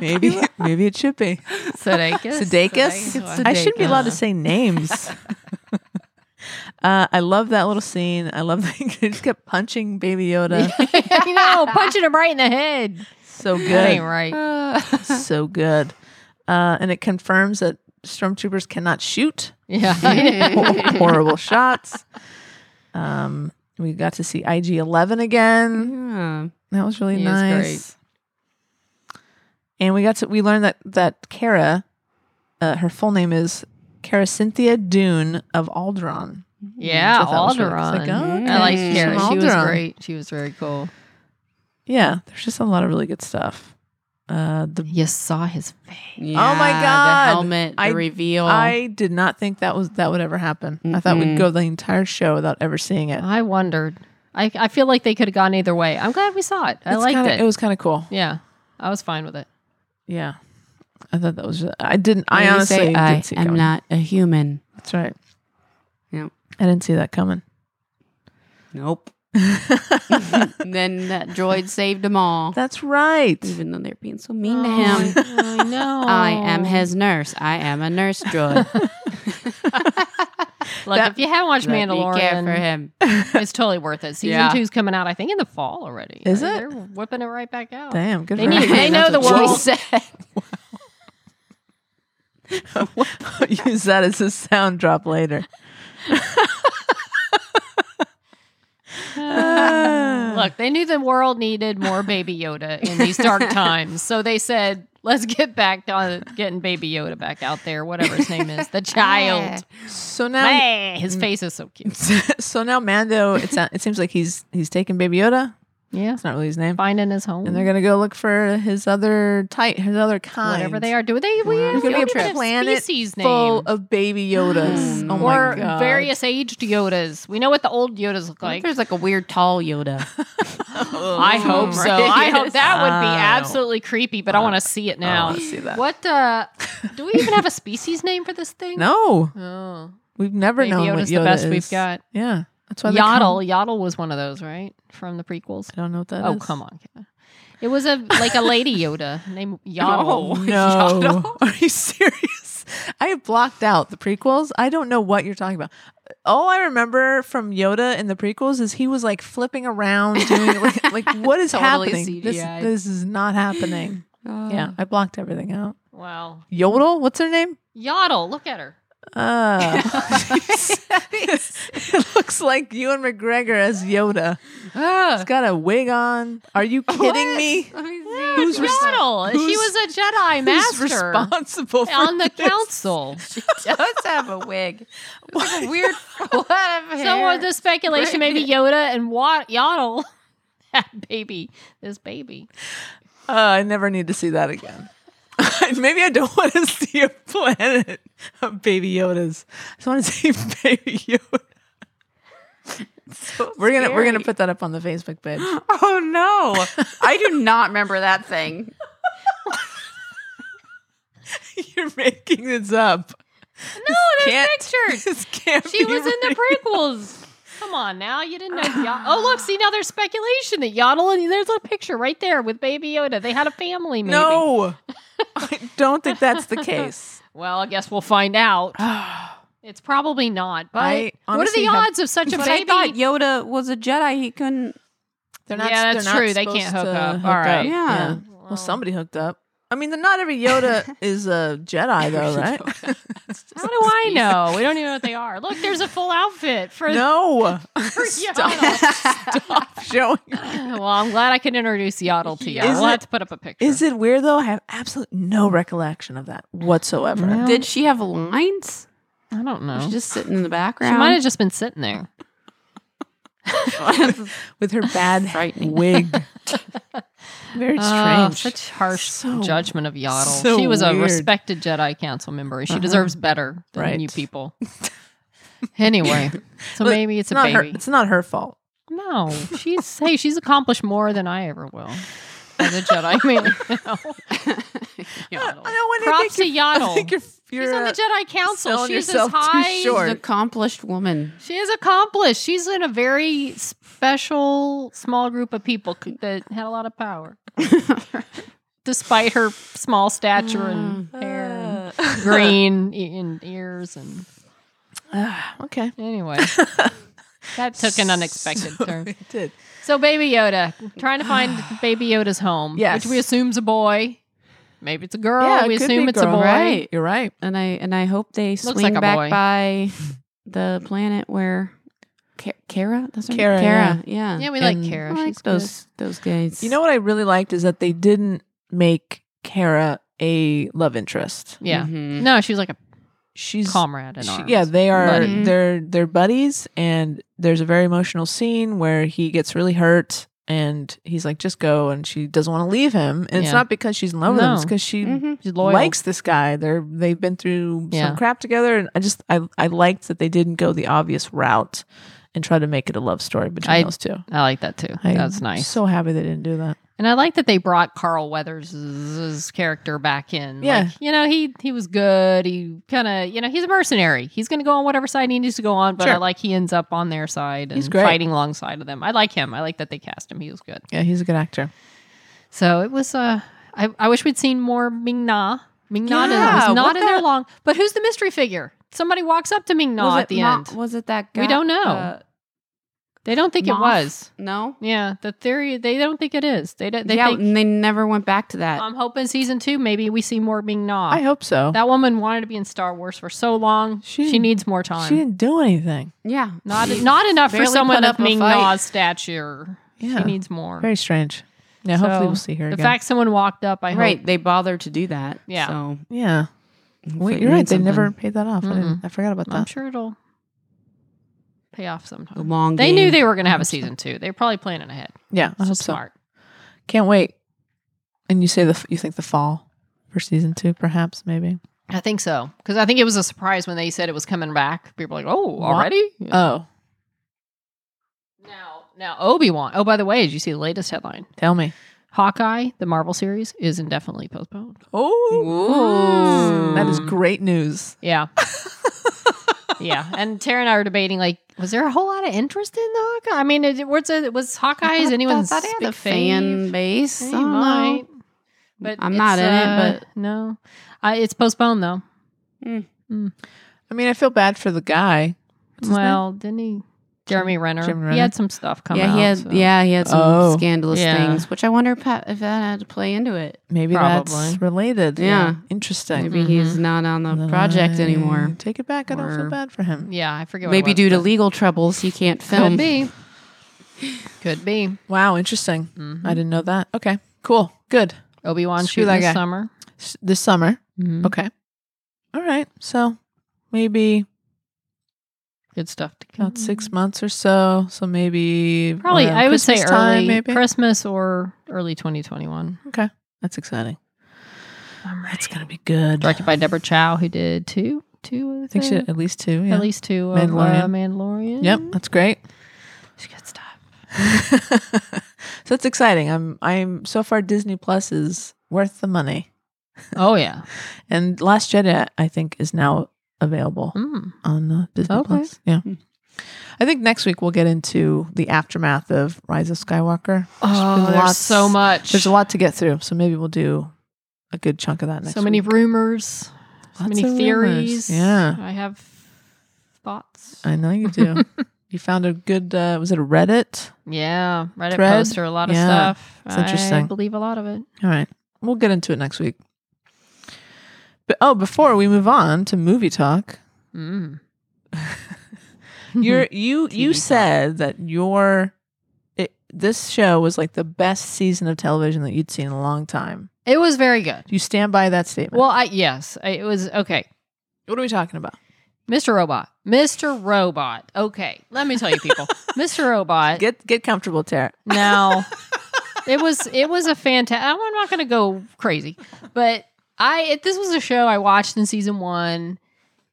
B: Maybe, maybe it should be
C: Sudeikis.
B: Sudeikis. I shouldn't be allowed to
C: Sudeikis.
B: say names. uh, I love that little scene. I love that he just kept punching Baby Yoda.
C: you know, punching him right in the head.
B: So
C: That ain't
B: good,
C: right.
B: so good. Uh, and it confirms that stormtroopers cannot shoot.
C: Yeah.
B: horrible shots. Um, we got to see IG Eleven again.
E: yeah.
B: That was really
C: He is
B: nice. And we got to we learned that that Kara, uh, her full name is Kara Cynthia Dune of Alderaan.
C: yeah,
B: Which I thought was really-
C: Alderaan.
B: it's like, oh,
C: I like
E: okay.
C: Kara.
B: She's from
C: She was
B: Alderaan.
C: great. She was very cool.
B: Yeah, there's just a lot of really good stuff. Uh, the
C: You saw his face.
E: Yeah,
B: Oh my God.
E: The helmet, the
B: I-
C: Oh.
E: reveal.
B: I did not think that was that would ever happen. I thought we'd
E: Mm-mm.
B: go the entire show without ever seeing it.
C: I wondered. I, I feel like they could have gone either way. I'm glad we saw it. I
B: It's
C: liked
B: kinda-
C: it.
B: It was kind of cool.
C: yeah, I was fine with it.
B: Yeah, I thought that was. I didn't. I
E: When you
B: honestly
E: say,
B: didn't
E: I
B: see it
E: am
B: coming.
E: not a human.
B: That's right.
E: Yeah.
B: I didn't see that coming.
E: Nope. then that droid saved them all.
B: That's right.
E: even though they're being so mean
B: Oh
E: to him.
C: I know.
E: Oh, I am his nurse. I am a nurse droid.
C: Look, if you haven't watched
E: Let me care
C: Mandalorian,
E: for him.
C: it's totally worth it. Season
E: Yeah.
C: two's coming out, I think, in the fall already.
B: Is
C: Like, They're
B: it?
C: whipping it right back out.
B: Damn, good
C: They
B: for
C: need-
B: her.
C: they know the
E: She
C: world.
E: said.
B: Use that as a sound drop later. Ah.
C: Look, they knew the world needed more Baby Yoda in these dark times, so they said, "Let's get back to getting Baby Yoda back out there, whatever his name is,
B: Ah.
C: the child."
B: So now,
C: Hey, his face is so cute.
B: so now Mando. It, sound, it seems like he's he's taking Baby Yoda.
C: Yeah,
B: It's not really his name,
C: finding his home,
B: and they're gonna go look for his other type, his other kind.
C: whatever they are doing. They we
B: There's
C: have
B: gonna be
C: Yoda
B: a
C: in
B: planet
C: species
B: full
C: name. Mm.
B: of Baby Yodas. oh my
C: or
B: god!
C: various aged Yodas. We know what the old Yodas look
E: Like,
C: like.
E: there's like a weird tall Yoda.
C: I hope so. I hope that would be absolutely creepy, but I want to see it
B: I
C: now.
B: want to see that.
C: What uh, do we even have a species name for this thing?
B: No,
C: Oh.
B: we've never
C: Baby
B: known
C: Yoda's
B: what
C: the
B: Yoda
C: best
B: is.
C: we've got.
B: Yeah, that's why they call-
C: Yaddle. Yaddle was one of those, right? From the prequels.
B: I don't know what that
C: Oh,
B: is.
C: come on. Kat. It was a like a lady Yoda named
B: Oh,
C: Yaddle.
B: no. Are you serious? I have blocked out the prequels. I don't know what you're talking about. All I remember from Yoda in the prequels is he was like flipping around doing like, like what is
E: Totally
B: happening? This,
E: CGI.
B: this is not
C: Oh.
B: happening. yeah, I blocked everything out.
C: Wow.
B: Yodel, what's her name?
C: Yaddle, look at her.
B: Uh, it looks like Ewan McGregor as Yoda. He's got a wig on. Are you kidding me?
C: Who's Yaddle. she was a Jedi
B: Who's
C: master
B: responsible for
C: on the
B: this?
C: council. so
F: does have a wig. Like a weird flood of hair.
C: uh, the speculation maybe Yoda and Wa- Yaddle had baby this baby.
B: Uh, I never need to see that again. Maybe I don't want to see a planet of baby Yodas. I just want to see baby Yoda.
F: So
B: We're gonna we're gonna
F: scary.
B: put that up on the Facebook page.
F: Oh no! I do not remember that thing.
B: You're making this up.
C: No, there's
B: Can't-
C: pictures.
B: This can't
C: She
B: be
C: was in the
B: real.
C: prequels. Come on now, you didn't know. Ya- oh, look, see now there's speculation that Yaddle and there's a picture right there with Baby Yoda. They had a family. Maybe.
B: No, I don't think that's the case.
C: Well, I guess we'll find out. it's probably not. But
B: I
C: what are the
B: honestly have-
C: odds of such a
E: But I
C: baby?
E: thought Yoda was a Jedi. He couldn't.
B: They're
C: Yeah, that's
B: they're not
C: true. They can't
B: supposed
C: hook
B: to
C: up.
B: hook
C: All right.
E: Yeah.
B: Well, somebody hooked up. I mean, not every Yoda is a Jedi, though, right?
C: How do I know? We don't even know what they are. Look, there's a full outfit for,
B: no.
C: for Yaddle.
B: Stop showing.
C: well, I'm glad I could introduce Yaddle to you.
B: Is
C: We'll
B: it-
C: have to put up a picture.
B: Is it weird though? I have absolutely no recollection of that whatsoever.
E: Did she have lines?
C: I don't know.
E: She's
C: She
E: just sitting in the background.
C: might have just been sitting there.
B: With her bad
E: Frightening.
B: wig. Very
C: Oh,
B: strange.
C: such harsh
B: So-
C: judgment of Yaddle.
B: so
C: she was a
B: weird. Uh-huh.
C: respected Jedi Council member. She deserves better than
B: Right.
C: you people. anyway, so
B: Look,
C: maybe it's a
B: not Her,
C: baby.
B: it's not her fault.
C: No, she's hey, she's accomplished more than I ever will as a Jedi. I mean, you know. Yaddle.
B: I don't want
C: Props to
B: think you're- I
C: Yaddle.
B: think you're, you're
C: She's on the
B: uh,
C: Jedi Council.
B: selling
C: She's as
B: yourself too
C: high.
B: short.
E: She's an accomplished woman.
C: She is accomplished. She's in a very special small group of people c- that had a lot of power, despite her small stature and
B: Mm.
C: hair
B: uh,
C: and green e- and ears and
B: okay.
C: anyway. That took an unexpected turn.
B: Oh, It did.
C: So, Baby Yoda, trying to find Baby Yoda's home,
B: Yes.
C: which we assume's a boy. Maybe it's a girl.
B: Yeah, it
C: we
B: could be
C: assume it's a
B: girl.
C: boy.
E: Right.
B: You're right.
E: And I and I hope they swing
C: like a
E: back
C: boy.
E: by the planet where Ca- Kara. That's her name?
B: Kara,
E: Kara. Yeah.
C: Yeah, we
B: And-
C: like Kara.
E: I like
C: She's
E: those those guys.
B: You know what I really liked is that they didn't make Kara a love interest.
C: good. Yeah.
E: Mhm.
C: No, she's like a
B: Mm-hmm. She's
C: comrade in
B: she-
C: arms.
B: yeah, they are
C: Buddy.
B: they're they're buddies, and there's a very emotional scene where he gets really hurt, and he's like, "Just go," and she doesn't want to leave him, and
C: Yeah.
B: it's not because she's in love with him, it's
C: No.
B: because she
E: Mhm.
C: She's loyal.
B: likes this guy. They're they've been through
C: Yeah.
B: some crap together, and I just I I liked that they didn't go the obvious route and try to make it a love story between
C: I-
B: those two.
C: I like that too.
B: I'm
C: That's nice.
B: So happy they didn't do that.
C: and I like that they brought Carl Weathers' character back in.
B: Yeah.
C: Like, you know, he he was good. He kind of, you know, he's a mercenary. He's going to go on whatever side he needs to go on, but I
B: Sure.
C: like he ends up on their side
B: He's
C: and
B: great.
C: fighting alongside of them. I like him. I like that they cast him. He was good.
B: Yeah, he's a good actor.
C: So it was, uh, I, I wish we'd seen more Ming Na. Ming Na didn't-
E: Yeah,
C: was not
E: what
C: in there
E: the-
C: long. But who's the mystery figure? Somebody walks up to Ming Na
E: was
C: at
E: it
C: the
E: Ma-
C: end.
E: Was it that guy?
C: We don't know.
E: uh,
C: They don't think it
E: Moth?
C: was.
E: no.
C: Yeah, the theory, they don't think it is. They, don't- they
E: yeah,
C: think Uh,
E: and they never went back to that.
C: I'm hoping season two, maybe we see more Ming Na.
B: I hope so.
C: that woman wanted to be in Star Wars for so long.
B: She
C: She,
B: didn't-
C: needs more
B: She
C: time.
B: didn't do anything.
E: yeah.
C: Not not enough for
E: barely
C: someone
E: put
C: of
E: up a
C: Ming
E: fight.
C: Na's stature.
B: Yeah.
C: She needs more.
B: Very strange. Yeah, hopefully
C: So,
B: we'll see her
C: The
B: again.
C: fact someone walked up, I
E: Right.
C: hope.
E: They bothered to do that.
C: Yeah.
E: So
B: yeah.
E: hopefully
B: Wait,
E: it
B: you're right.
E: means
B: They never
E: something. Mm-hmm.
B: paid that off. I, didn't, I forgot about
C: I'm
B: that.
C: sure it'll pay off
E: a
C: sometime.
E: long.
C: They
E: game.
C: knew they were going to have a season two. They're probably planning ahead.
B: Yeah, I
C: It's
B: hope
C: just
B: so.
C: smart.
B: Can't wait. And you say the f- you think the fall for season two, perhaps maybe.
C: I think so because I think it was a surprise when they said it was coming back. People were like, "Oh, already?" Yeah.
B: Oh,
C: now, now Obi Wan. Oh, by the way, did you see the latest headline?
B: tell me.
C: Hawkeye, the Marvel series, is indefinitely postponed.
B: Oh, that is
E: Mm.
B: great news.
C: Yeah. yeah. And Tara and I were debating like, was there a whole lot of interest in the Hawkeye? I mean, it, was, it, was Hawkeye, is anyone's
E: I thought they
C: big
E: had a fan
C: fave?
E: base. Oh, I
C: They
E: don't know.
C: might. But
E: I'm
C: it's,
E: not in it,
C: uh,
E: but-
C: no, I, it's postponed though.
B: I mean, I feel bad for the guy.
C: Well, didn't he? Jeremy Renner.
B: Jeremy Renner?
C: He had some stuff come
E: yeah,
C: out.
E: he had
C: so-
E: yeah he had some
B: Oh.
E: scandalous
C: Yeah.
E: things, which I wonder if that, if that had to play into it.
B: Maybe
C: Probably.
B: that's related.
E: Yeah.
B: Interesting.
C: Mm-hmm.
E: Maybe he's not on the project anymore.
B: Take it back. I don't feel
E: Or-
B: bad for him.
C: Yeah, I forget.
E: Maybe
C: what
E: due
C: it
E: to
C: was,
E: legal troubles, he can't
C: but-
E: film.
C: Could be. Could be.
B: Wow, interesting.
E: Mm-hmm.
B: I didn't know that. Okay, cool, good.
C: Obi Wan
B: Screw
C: shooting
B: that
C: this
B: guy.
C: summer.
B: S- this summer.
E: Mm-hmm.
C: Mhm.
B: Okay. All right. So maybe
C: Good stuff to come.
B: about six months or so. So maybe
C: Mm-hmm. Probably,
B: around
C: I would say
B: Christmas
C: early
B: time, maybe.
C: Christmas or early 2021.
B: That's exciting. That's gonna be good.
C: Directed by Deborah Chow, who did two, two. I
B: I think
C: think,
B: she at least two. Yeah.
C: at least two
B: Mandalorian.
C: of uh, Mandalorian.
B: Yep, that's great.
C: It's good stuff.
B: so that's exciting. I'm I'm so far Disney Plus is worth the money.
C: Oh yeah.
B: And Last Jedi I think is now available
C: Mm.
B: on uh, Disney
C: Okay. Hmm.
B: Plus. Yeah. I think next week we'll get into the aftermath of Rise of Skywalker.
C: Oh,
B: been
C: there's
B: lots-
C: so much.
B: There's a lot to get through, so maybe we'll do a good chunk of that next.
C: So many
B: week.
C: rumors. So
B: Lots
C: many
B: of rumors.
C: theories.
B: Yeah.
C: I have thoughts.
B: I know you do. you found a good. Uh, was it a Reddit?
C: Yeah, Reddit
B: Thread?
C: poster, a lot of
B: Yeah,
C: stuff.
B: it's
C: I
B: interesting.
C: believe a lot of it.
B: All right, we'll get into it next week. But oh, before we move on to movie talk,
C: Mm.
B: you're, you you said that your it, this show was like the best season of television that you'd seen in a long time.
C: It was very good.
B: Do you stand by that statement?
C: Well, I yes, I, it was okay.
B: what are we talking about?
C: Mr. Robot. Mr. Robot. Okay, let me tell you, people. Mr. Robot.
B: Get get comfortable, Tara.
C: now, it was it was a fantastic. I'm not going to go crazy, but I it, this was a show I watched in season one,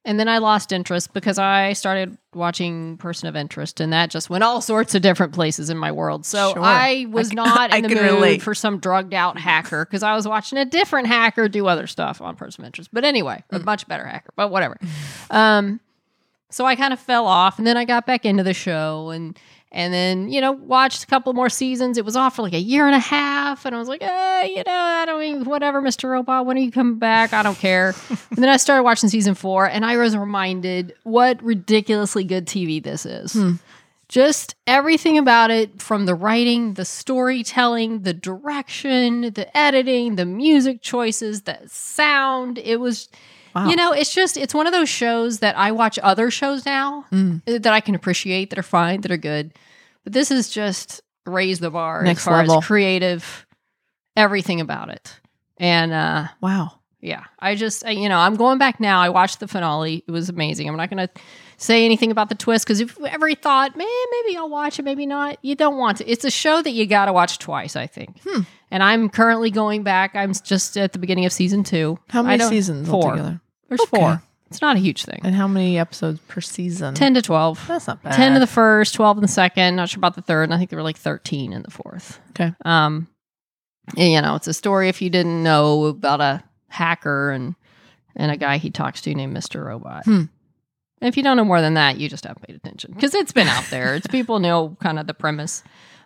C: and then I lost interest because I started watching Person of Interest, and that just went all sorts of different places in my world. So
B: Sure.
C: I was
B: I c-
C: not in
B: I
C: the
B: can
C: mood
B: relate.
C: for some drugged out hacker because I was watching a different hacker do other stuff on Person of Interest. But anyway,
B: Mm.
C: a much better hacker. But whatever. Um, so I kind of fell off, and then I got back into the show, and and then you know watched a couple more seasons. It was off for like a year and a half, and I was like, eh, you know, I don't even whatever, Mister Robot. When are you coming back? I don't care. and then I started watching season four, and I was reminded what ridiculously good TV this is.
B: Hmm.
C: Just everything about it from the writing, the storytelling, the direction, the editing, the music choices, the sound. It was you know, it's just it's one of those shows that I watch other shows now
B: Mm.
C: uh, that I can appreciate that are fine, that are good. But this is just raise the bar
B: Next
C: as far
B: level.
C: as creative everything about it. And uh
B: Wow.
C: yeah, I just I, you know, I'm going back now. I watched the finale. It was amazing. I'm not going to say anything about the twist cuz if you ever thought, "Man, maybe I'll watch it, maybe not." You don't want to. It's a show that you got to watch twice, I think.
B: Hmm.
C: And I'm currently going back. I'm s- just at the beginning of season 2.
B: How
C: I
B: many
C: don't-
B: seasons
C: Four.
B: altogether?
C: There's four. It's not a huge thing.
B: And how many episodes per season?
C: 10 to 12.
B: That's not bad.
C: 10 to the first, 12 in the second. Not sure about the third. And I think there were like 13 in the fourth.
B: Okay.
C: Um, and, you know, it's a story if you didn't know about a hacker and and a guy he talks to named Mr. Robot.
B: Hmm.
C: If you don't know more than that, you just haven't paid attention because it's been out there. It's people know kind of the premise,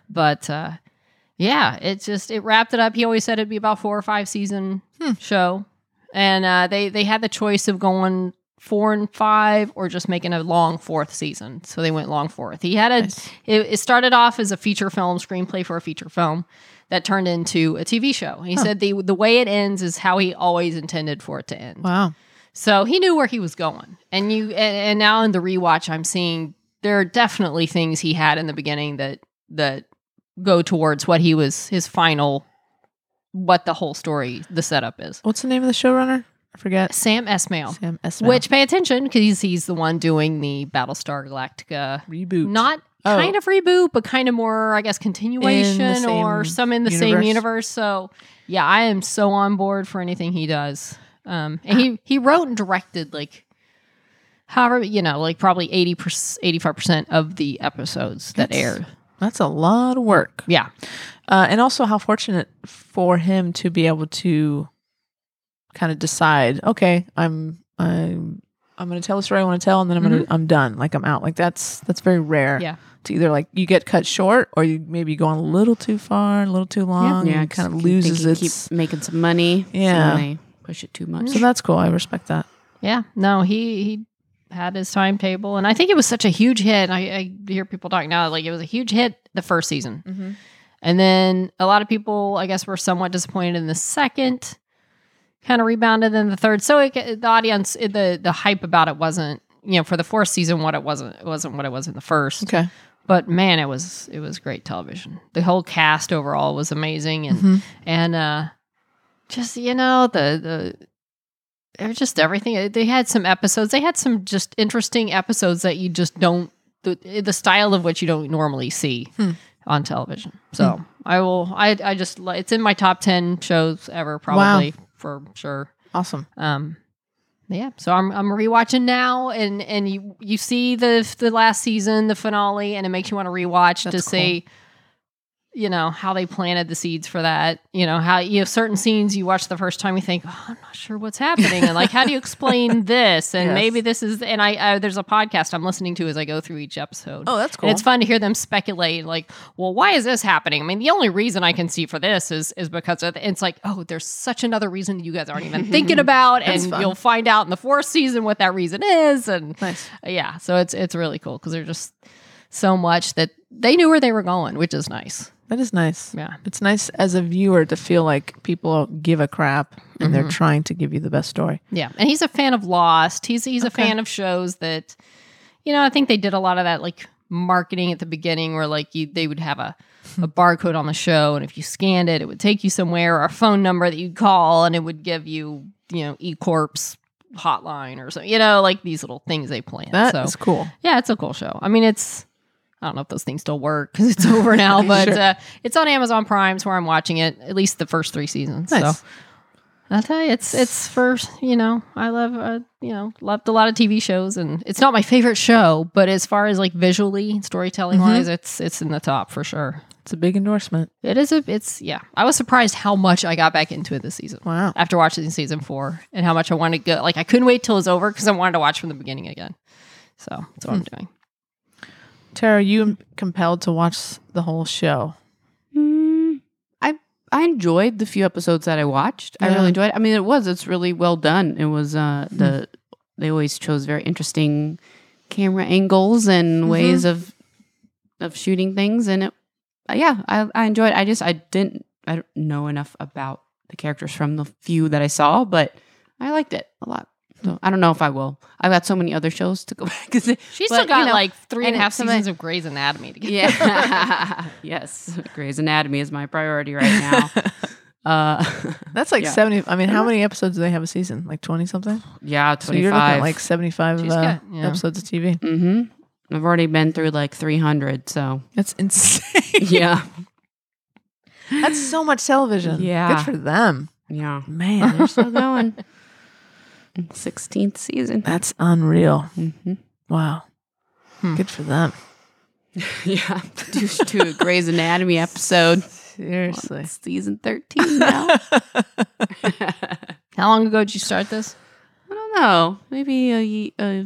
C: but uh, yeah, it just it wrapped it up. He always said it'd be about four or five season
B: Hmm.
C: show, and uh, they they had the choice of going four and five or just making a long fourth season. So they went long fourth. He had a
B: Nice.
C: it, it started off as a feature film screenplay for a feature film that turned into a TV show. And he said the the way it ends is how he always intended for it to end.
B: Wow.
C: So he knew where he was going. And you and, and now in the rewatch I'm seeing there are definitely things he had in the beginning that that go towards what he was his final what the whole story the setup is.
B: What's the name of the showrunner? I forget.
C: Sam Esmail,
B: Sam S.
C: which pay attention because he's the one doing the Battlestar Galactica
B: reboot?
C: not
B: Oh.
C: kind of reboot, but kind of more, I guess, continuation
B: same
C: or some in the same
B: universe.
C: universe. So, yeah, I am so on board for anything he does. Um, and he he wrote and directed like, however, you know, like probably 80 85 percent of the episodes that
B: That's-
C: aired.
B: That's a lot of work.
C: Yeah,
B: Uh, and also, how fortunate for him to be able to kind of decide, okay, I'm I'm I'm going to tell the story I want to tell, and then I'm going to I'm done. Like I'm out. Like that's that's very rare.
C: Yeah.
B: To either like you get cut short, or you maybe go on a little too far, a little too long, yeah,
E: Yeah,
B: and kind of loses
E: loses it. Keep
B: its.
E: making some money. so
B: Yeah.
E: when they push it too much.
B: So that's cool. I respect that.
C: yeah. No, he he had his timetable, and I think it was such a huge hit. and I, I hear people talking now like it was a huge hit the first season,
B: Mhm.
C: and then a lot of people, I guess, were somewhat disappointed in the second. Kind of rebounded in the third, so it, the audience, it, the the hype about it wasn't, you know, for the fourth season, what it wasn't, it wasn't what it was in the first
B: Okay.
C: but man, it was it was great television. The whole cast overall was amazing, and
B: Mhm.
C: and uh, just you know the the it was just everything. They had some episodes. They had some just interesting episodes that you just don't the, the style of which you don't normally see
B: Hmm.
C: on television. So I will. I I just li- it's in my top ten shows ever probably for sure.
B: Awesome.
C: Um, yeah, so I'm I'm rewatching now, and and you you see the the last season, the finale, and it makes you want to rewatch to
B: That's
C: see, you know, how they planted the seeds for that. You know how you have certain scenes you watch the first time, you think, oh, I'm not sure what's happening, and like, how do you explain this? And
B: Yes.
C: maybe this is, and I uh, there's a podcast I'm listening to as I go through each episode.
B: Oh, that's cool.
C: And it's fun to hear them speculate, like, well, why is this happening? I mean, the only reason I can see for this is is because of, it's like, oh, there's such another reason you guys aren't even thinking about, and
B: fun.
C: you'll find out in the fourth season what that reason is, and
B: Nice.
C: yeah, so it's it's really cool because there's just so much that they knew where they were going, which is nice.
B: That is nice.
C: Yeah,
B: It's nice as a viewer to feel like people give a crap and they're trying to give you the best story.
C: yeah, and he's a fan of Lost. He's he's a fan of shows that, you know, I think they did a lot of that like marketing at the beginning where like you they would have a a barcode on the show and if you scanned it it would take you somewhere or a phone number that you'd call and it would give you you know ecorp's hotline or something you know like these little things they plan
B: That is
C: so
B: cool.
C: yeah it's a cool show i mean it's i don't know if those things still work because it's over now but
B: Sure.
C: uh, it's on amazon prime's where i'm watching it at least the first three seasons
B: Nice.
C: so I'll tell you, it's it's for you know I love uh, you know loved a lot of TV shows and it's not my favorite show, but as far as like visually storytelling
B: Mm-hmm.
C: wise, it's it's in the top for sure.
B: It's a big endorsement.
C: It is a it's yeah. I was surprised how much I got back into it this season.
B: Wow.
C: After watching season four and how much I wanted to go like I couldn't wait till it was over because I wanted to watch from the beginning again. So that's what I'm
B: Hmm.
C: doing.
B: Tara, you compelled to watch the whole show.
E: Mm, I I enjoyed the few episodes that I watched. I
B: Yeah.
E: really enjoyed. It. I mean, it was it's really well done. It was uh the they always chose very interesting camera angles and ways of of shooting things, and it uh, yeah, I I enjoyed. it. I just I didn't I don't know enough about the characters from the few that I saw, but I liked it a lot. So I don't know if I will. I've got so many other shows to go back. She's
C: She's still got like three and
E: and
C: a half
E: some of-
C: seasons of Grey's Anatomy to get.
E: yeah. yes. Grey's Anatomy is my priority right now. uh,
B: That's like
E: Yeah.
B: 70. I mean, how many episodes do they have a season? Like 20 something?
E: yeah,
B: So you're looking at
E: 25.
B: like 75 uh,
C: She's got- yeah.
B: episodes of TV.
E: mm-hmm. I've already been through like 300. So,
B: That's insane.
E: yeah.
B: That's so much television.
E: Yeah.
B: Good for them.
E: Yeah.
B: Man,
E: They're still going. 16th season.
B: that's unreal.
E: Mm-hmm.
B: Wow.
C: Hmm.
B: Good for them.
E: Yeah. Due to a Grey's Anatomy episode.
B: Seriously.
E: It's season 13 now.
C: How long ago did you start this?
E: I don't know. Maybe a, ye- uh,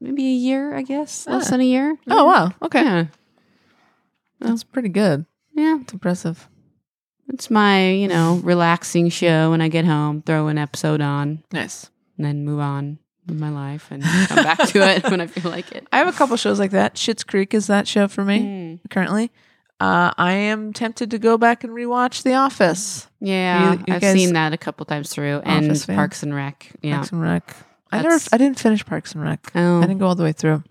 E: maybe a year, I guess. Less than a year.
B: Oh, wow. Okay.
E: Yeah.
B: That's pretty good.
E: Yeah.
B: It's impressive.
E: It's my, you know, relaxing show when I get home, throw an episode on,
B: Nice.
E: and then move on with my life and come back to it when I feel like it.
B: I have a couple shows like that. Schitt's Creek is that show for me
E: Mm.
B: currently. Uh, I am tempted to go back and rewatch The Office.
E: Yeah,
B: You- you
E: I've
B: guys-
E: seen that a couple times through, and
B: Office fan?
E: Parks and Rec. Yeah,
B: Parks and Rec. I never.
E: That's- Mm.
B: I didn't finish Parks and Rec.
E: Oh.
B: I didn't go all the way through.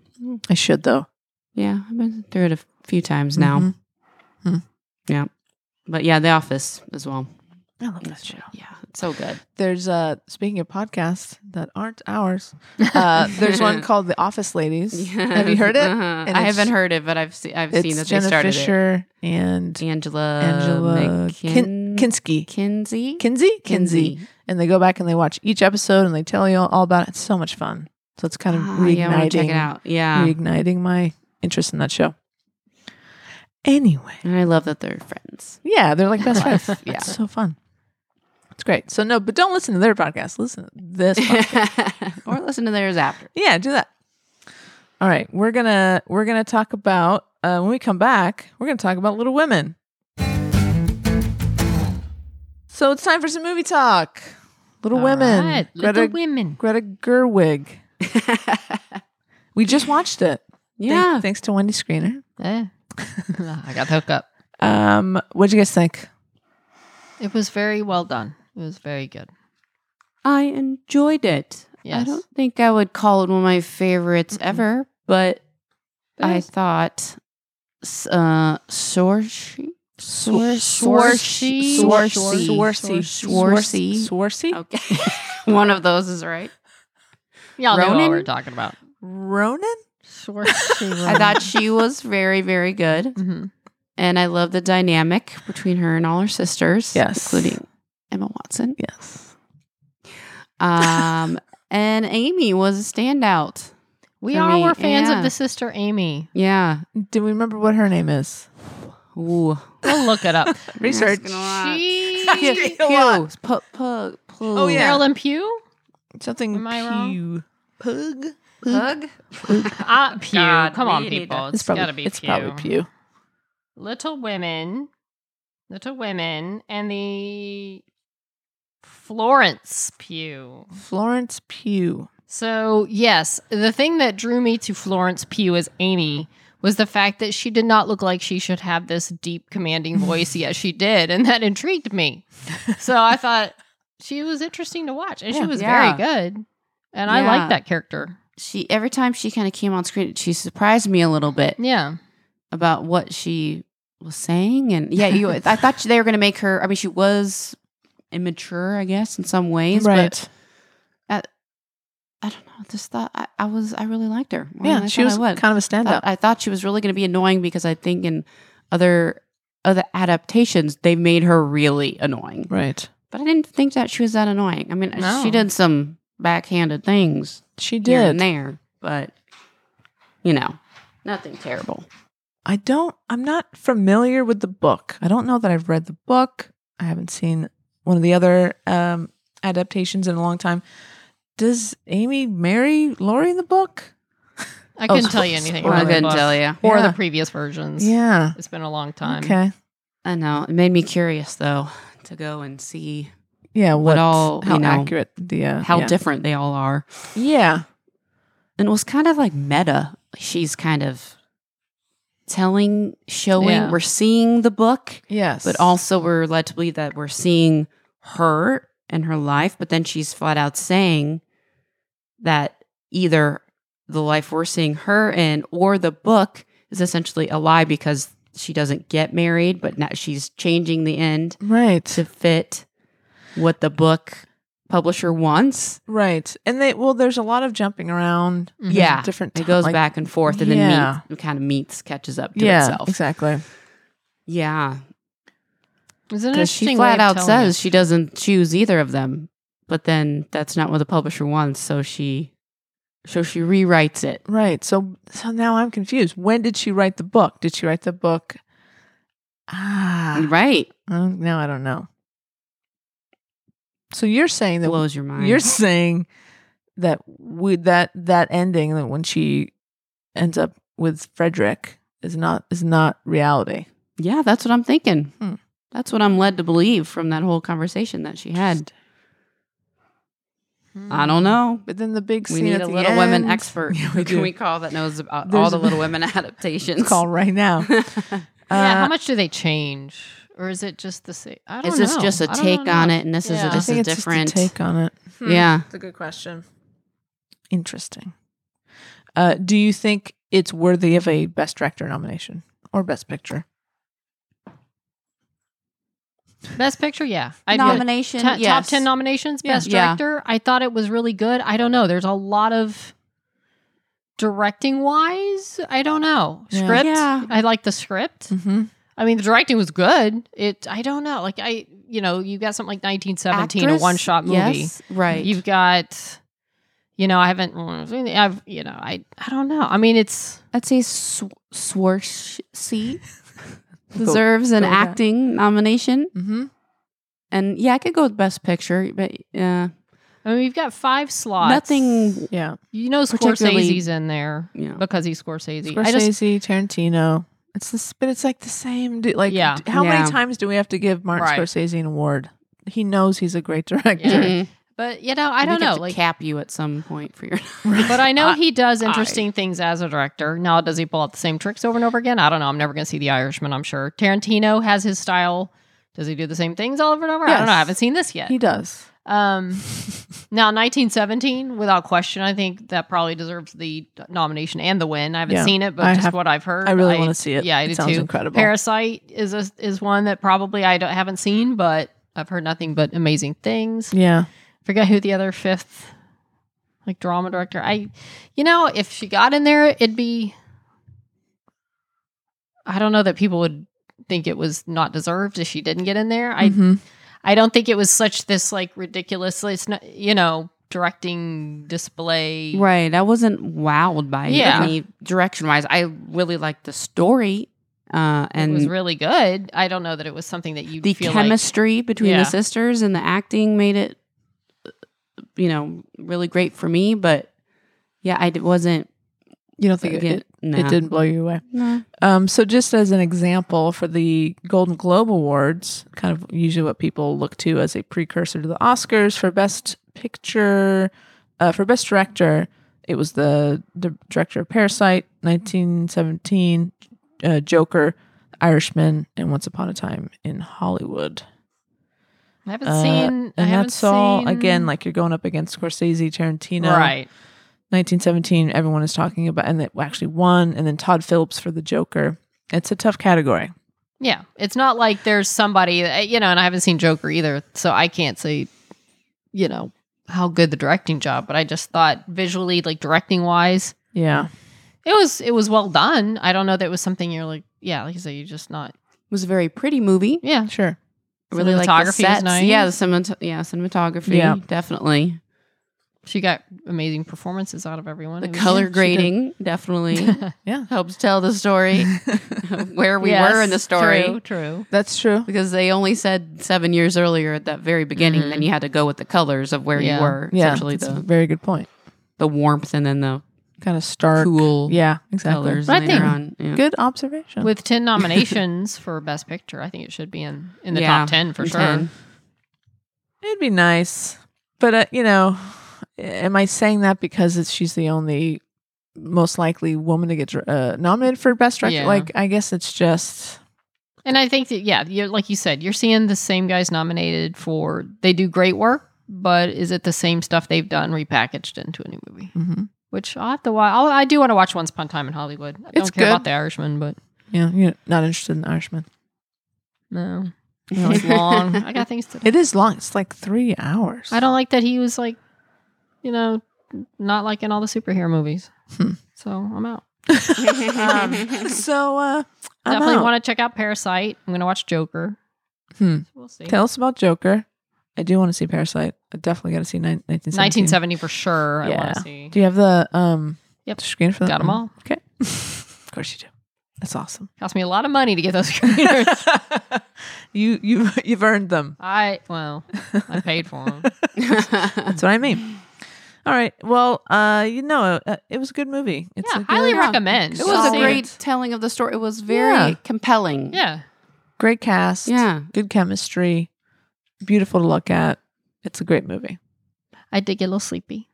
B: I should though.
E: yeah, I've been through it a few times now.
B: Mhm. Mhm.
E: Yeah, but yeah, The Office as well.
B: I love that show.
E: Yeah, it's so good.
B: There's uh speaking of podcasts that aren't ours. Uh, there's one called The Office Ladies. Have you heard it?
E: Uh-huh.
B: And
E: I
B: it's-
E: haven't heard it, but I've seen I've
B: It's
E: seen that they
B: Jenna
E: started
B: Fisher and
E: it. Angela
B: Angela Kin-
E: McKin-
B: Kinsky.
E: Kinsey.
B: Kinsey? Kinsey.
E: Kinsey.
B: And they go back and they watch each episode and they tell you all, all about it. It's so much fun. So it's kind of
E: Ah,
B: reigniting,
E: yeah, I want to check it out. Yeah,
B: reigniting my interest in that show. Anyway,
E: And I love that they're friends.
B: yeah, they're like best friends.
E: Yeah.
B: It's so fun. It's great. So no, but don't listen to their podcast. Listen to this podcast.
E: or listen to theirs after.
B: yeah, do that. All right. We're gonna we're gonna talk about uh, when we come back, we're gonna talk about little women. So it's time for some movie talk. Little
C: All
B: women.
C: right,
B: Greta
C: Little Women.
B: Greta Gerwig. We just watched it. Thank-
E: Yeah.
B: thanks to Wendy Screener.
C: Eh. I got the hookup.
B: Um, what'd you guys think?
C: It was very well done. It was very good.
E: I enjoyed it. I
C: Yes.
E: don't think I would call it one of my favorites
C: Mm-mm.
E: ever, but
C: But it
E: I
C: was-
E: thought s- uh Sorshi
C: Swarshi.
E: Swarshi. Swarshi.
B: Swarsy. Swarsy.
E: Okay. one of those is right.
C: y'all know what
E: Ronan?
C: we're talking about.
B: Ronan?
E: I thought she was very very good
C: Mhm.
E: and I love the dynamic between her and all her sisters,
B: Yes.
E: including Emma Watson.
B: Yes.
E: Um and Amy was a standout.
C: We
E: For
C: all
E: me,
C: were fans
E: yeah.
C: of the sister Amy.
E: Yeah.
B: Do we remember what her name is?
E: Ooh.
C: We'll look it up.
B: Research.
E: Asking a lot.
C: she
B: Asking a lot.
E: Pews. Pu- pu- pu-
B: Oh, yeah.
C: Marilyn Pugh.
B: Something
C: Am I wrong?
B: Pew. Pug?
F: Hug.
C: Uh, Pew.
F: God,
C: Come on,
F: we need
C: people.
F: to-
C: It's,
B: It's probably
C: gotta be
B: it's
C: Pew.
B: probably Pew.
C: Little Women, Little Women, and the Florence Pugh.
B: Florence Pew.
C: So, yes, the thing that drew me to Florence Pugh as Amy was the fact that she did not look like she should have this deep, commanding voice, yet she did. And that intrigued me. So I thought she was interesting to watch, and she
B: Yeah.
C: was very
E: Yeah.
C: good. And I
E: Yeah.
C: liked that character.
E: she every time she kind of came on screen, she surprised me a little bit
B: Mm.
C: Yeah.
E: about what she was saying. And yeah, you, I thought they were going to make her. I mean, she was immature, I guess, in some ways. But I don't know. I Just thought I, I was. I really liked her. more than
B: yeah,
E: I
B: she
E: thought
B: was
E: I would.
B: kind of a
E: I
B: standout.
E: thought, I thought she was really going to be annoying because I think in other other adaptations they made her really annoying.
B: right.
E: But I didn't think that she was that annoying. I mean,
C: No.
E: she did some backhanded things.
B: She
E: here
B: did.
E: and there, but you know, nothing terrible.
B: I don't, I'm not familiar with the book. I don't know that I've read the book. I haven't seen one of the other um, adaptations in a long time. Does Amy marry Laurie in the book?
C: I
B: Oh,
C: couldn't tell you anything.
B: spoiler.
C: about
E: I
C: the
E: couldn't
C: book
E: tell you.
C: Or
B: Yeah.
C: the previous versions.
B: Yeah.
C: It's been a long
E: Um,
C: time.
B: Okay.
E: I know. It made me curious though to go and see
B: Yeah.
E: What
B: What,
E: all, you
B: How
E: know,
B: accurate the uh,
E: how
B: yeah.
E: different they all are.
B: Yeah.
E: And it was kind of like meta. She's kind of telling, showing,
C: Yeah.
E: we're seeing the book,
B: Yes.
E: but also we're led to believe that we're seeing her and her life, but then she's flat out saying that either the life we're seeing her in or the book is essentially a lie because she doesn't get married, but now she's changing the end
B: right.
E: to fit what the book publisher wants.
B: Right. And they well, there's a lot of jumping around.
C: Mhm.
E: Yeah.
B: Different.
E: It goes
B: Mm-hmm. like-
E: back and forth and
B: Yeah.
E: then meets, kind of meets, catches up to
B: yeah.
E: itself.
B: Exactly.
E: Yeah.
C: It's an
E: Because she
C: interesting way of
E: flat out
C: telling
E: says
C: it.
E: she doesn't choose either of them, but then that's not what the publisher wants, so she so she rewrites it.
B: Right. So so now I'm confused. When did she write the book? Did she write the book? Ah.
E: Right.
B: Oh, now I don't know. So you're saying that
E: Blows your mind.
B: you're saying that with that that ending that when she ends up with Frederick is not is not reality.
E: yeah, that's what I'm thinking.
B: Hmm.
E: That's what I'm led to believe from that whole conversation that she had.
C: Hmm.
E: I don't know.
B: But then the big
E: We
B: scene
E: need
B: at
E: a
B: the
E: Little Women
B: end-
E: expert.
B: Yeah,
E: Who
B: we
E: can
B: do.
E: we call that knows about all
B: There's
E: the
B: a-
E: Little Women adaptations?
B: Let's call right now.
C: yeah,
B: Uh,
C: how much do they change, or is it just the same? I don't
E: is this
C: know.
E: just a
C: I don't
E: take
C: know.
E: on it, and this
C: Yeah.
E: is
C: I
E: a, this is
B: just a
E: different?
B: take on it.
E: Yeah.
B: It's a good question. Interesting. Uh, do you think it's worthy of a Best Director nomination or Best Picture?
C: Best Picture, yeah. I
E: Nomination,
C: ten, top
E: yes.
C: ten nominations.
B: Yeah.
C: Best
E: Yeah.
C: Director, I thought it was really good. I don't know. There's a lot of directing wise. I don't know
B: Yeah.
C: script.
E: Yeah.
C: I like the script.
B: Mm-hmm.
C: I mean, the directing was good. It. I don't know. Like I, you know, you got something like 1917, a
E: Actress?
C: one shot movie.
E: Yes, right.
C: You've got, you know, I haven't. I've, you know, I, I don't know. I mean, it's.
E: I'd say Sw- Swarovski deserves an
B: go with that.
E: acting nomination,
B: Mm-hmm.
E: and yeah, I could go with Best Picture, but uh,
C: I mean, we've got five slots.
E: nothing.
B: Yeah.
C: You know,
E: particularly-
C: Scorsese's in there
E: You know,
C: because he's Scorsese. I just
B: Scorsese, Tarantino. It's this, but it's like the same. du- Like,
C: Yeah.
B: d- how
E: Yeah.
B: many times do we have to give Martin
C: Right.
B: Scorsese an award? He knows he's a great director.
C: Yeah.
E: Mhm.
C: But you know, I, don't
E: think
C: know.
E: Have to
C: Like,
E: cap you at some point for your.
C: but I know he does interesting things as a director. Now, does he pull out the same tricks over and over again? I don't know. I'm never going to see The Irishman. I'm sure Tarantino has his style. Does he do the same things all over and over? I don't know. I
B: Yes.
C: haven't seen this yet.
B: He does.
C: Um, now, 1917, without question, I think that probably deserves the nomination and the win. I haven't
B: Yeah,
C: seen it, but
B: I
C: just
B: have-
C: what I've heard,
B: I really wanna see it.
C: Yeah, I
B: It
C: do
B: sounds
C: too.
B: incredible.
C: Parasite is a, is one that probably I don't, haven't seen, but I've heard nothing but amazing things.
B: Yeah.
C: Forget who the other fifth like drama director. I, you know, if she got in there, it'd be. I don't know that people would think it was not deserved if she didn't get in there. I
B: Mhm.
C: I don't think it was such this like ridiculous. It's not you know directing display.
E: Right. I wasn't wowed by
C: Yeah.
E: any direction wise. I really liked the story uh,
C: it
E: and
C: was really good. I don't know that it was something that you
E: the
C: feel
E: chemistry between
C: Yeah.
E: the sisters and the acting made it, you know, really great for me. But yeah, I d- wasn't.
B: You don't think it,
E: Again,
B: it,
E: no.
B: it didn't blow you away?
E: No.
B: Um, so, just as an example for the Golden Globe Awards, kind of usually what people look to as a precursor to the Oscars for Best Picture, uh, for Best Director, it was the, the director of Parasite, 1917, uh, Joker, Irishman, and Once Upon a Time in Hollywood.
C: Like, I haven't
B: Uh,
C: seen. I
B: and
C: haven't
B: that's all,
C: seen-
B: again, like you're going up against Scorsese, Tarantino.
C: right.
B: 1917 everyone is talking about and that actually won and then todd phillips for the joker it's a tough category
C: Yeah, it's not like there's somebody that- you know, and I haven't seen Joker either, so I can't say, you know, how good the directing job. But I just thought visually, like directing wise,
B: yeah
C: it was it was well done. I don't know that it was something you're like, yeah, like you say, you just not,
E: It was a very pretty movie.
C: yeah,
B: sure
E: I really like the
C: Cinematography was
E: sets.
C: nice.
E: Yeah, the cinemat- yeah, cinematography.
B: Yeah.
E: Definitely.
C: She got amazing performances out of everyone.
E: The
C: It was-
E: color grading definitely
B: Yeah.
E: helps tell the story of where we
C: Yes,
E: were in the story.
C: True, true.
B: that's true
E: because they only said seven years earlier at that very beginning. Then you had to go with the colors of where
C: Yeah.
E: you were.
B: yeah
E: essentially
B: that's a
E: the,
B: very good point
E: the warmth and then the
B: kind of stark
E: cool
B: yeah exactly
E: colors
C: But I
E: later
C: think-
E: on. Yeah.
B: good observation
C: With ten nominations for Best Picture, I think it should be in in the
E: Yeah,
C: top ten for
E: in
C: sure.
E: 10.
B: it'd be nice but uh, you know am i saying that because it's, she's the only most likely woman to get dr- uh, nominated for best director
C: Yeah.
B: like i guess it's just
C: And I think that yeah, you're, like you said, you're seeing the same guys nominated for. They do great work, but is it the same stuff they've done repackaged into a new movie?
B: mhm.
C: Which I will have to watch. I'll, I do want to watch Once Upon a Time in Hollywood. I
B: It's
C: don't care
B: good.
C: about The Irishman, but
B: yeah you're not interested in irishman
C: no,
B: No,
C: it's
B: it's-
C: long. I got things to.
B: it is long it's like three hours
C: I don't like that he was like, you know, not liking all the superhero movies.
B: Hmm.
C: So I'm out.
B: so uh I'm
C: Definitely
B: out.
C: want to check out Parasite. I'm gonna watch Joker.
B: Hmm.
C: So we'll see.
B: Tell us about Joker. I do want to see Parasite. I definitely got to see nine- 1917.
C: 1970 for sure. I want
B: Yeah.
C: to see.
B: Do you have the um
C: Yep.
B: screen for that?
C: Got 'em all.
B: Okay. of course you do. That's awesome.
C: Cost me a lot of money to get those computers.
B: you you you've earned them.
C: I well, I paid for them.
B: That's what I mean. All right. Well, uh you know, uh, it was a good movie. It's
C: yeah,
B: a
C: highly
B: good,
C: recommend.
E: It was a
B: Solid.
E: great telling of the story. It was very
B: Yeah.
E: compelling.
C: Yeah,
B: great cast.
E: Yeah.
B: Good chemistry. Beautiful to look at. It's a great movie.
C: I did get a little sleepy.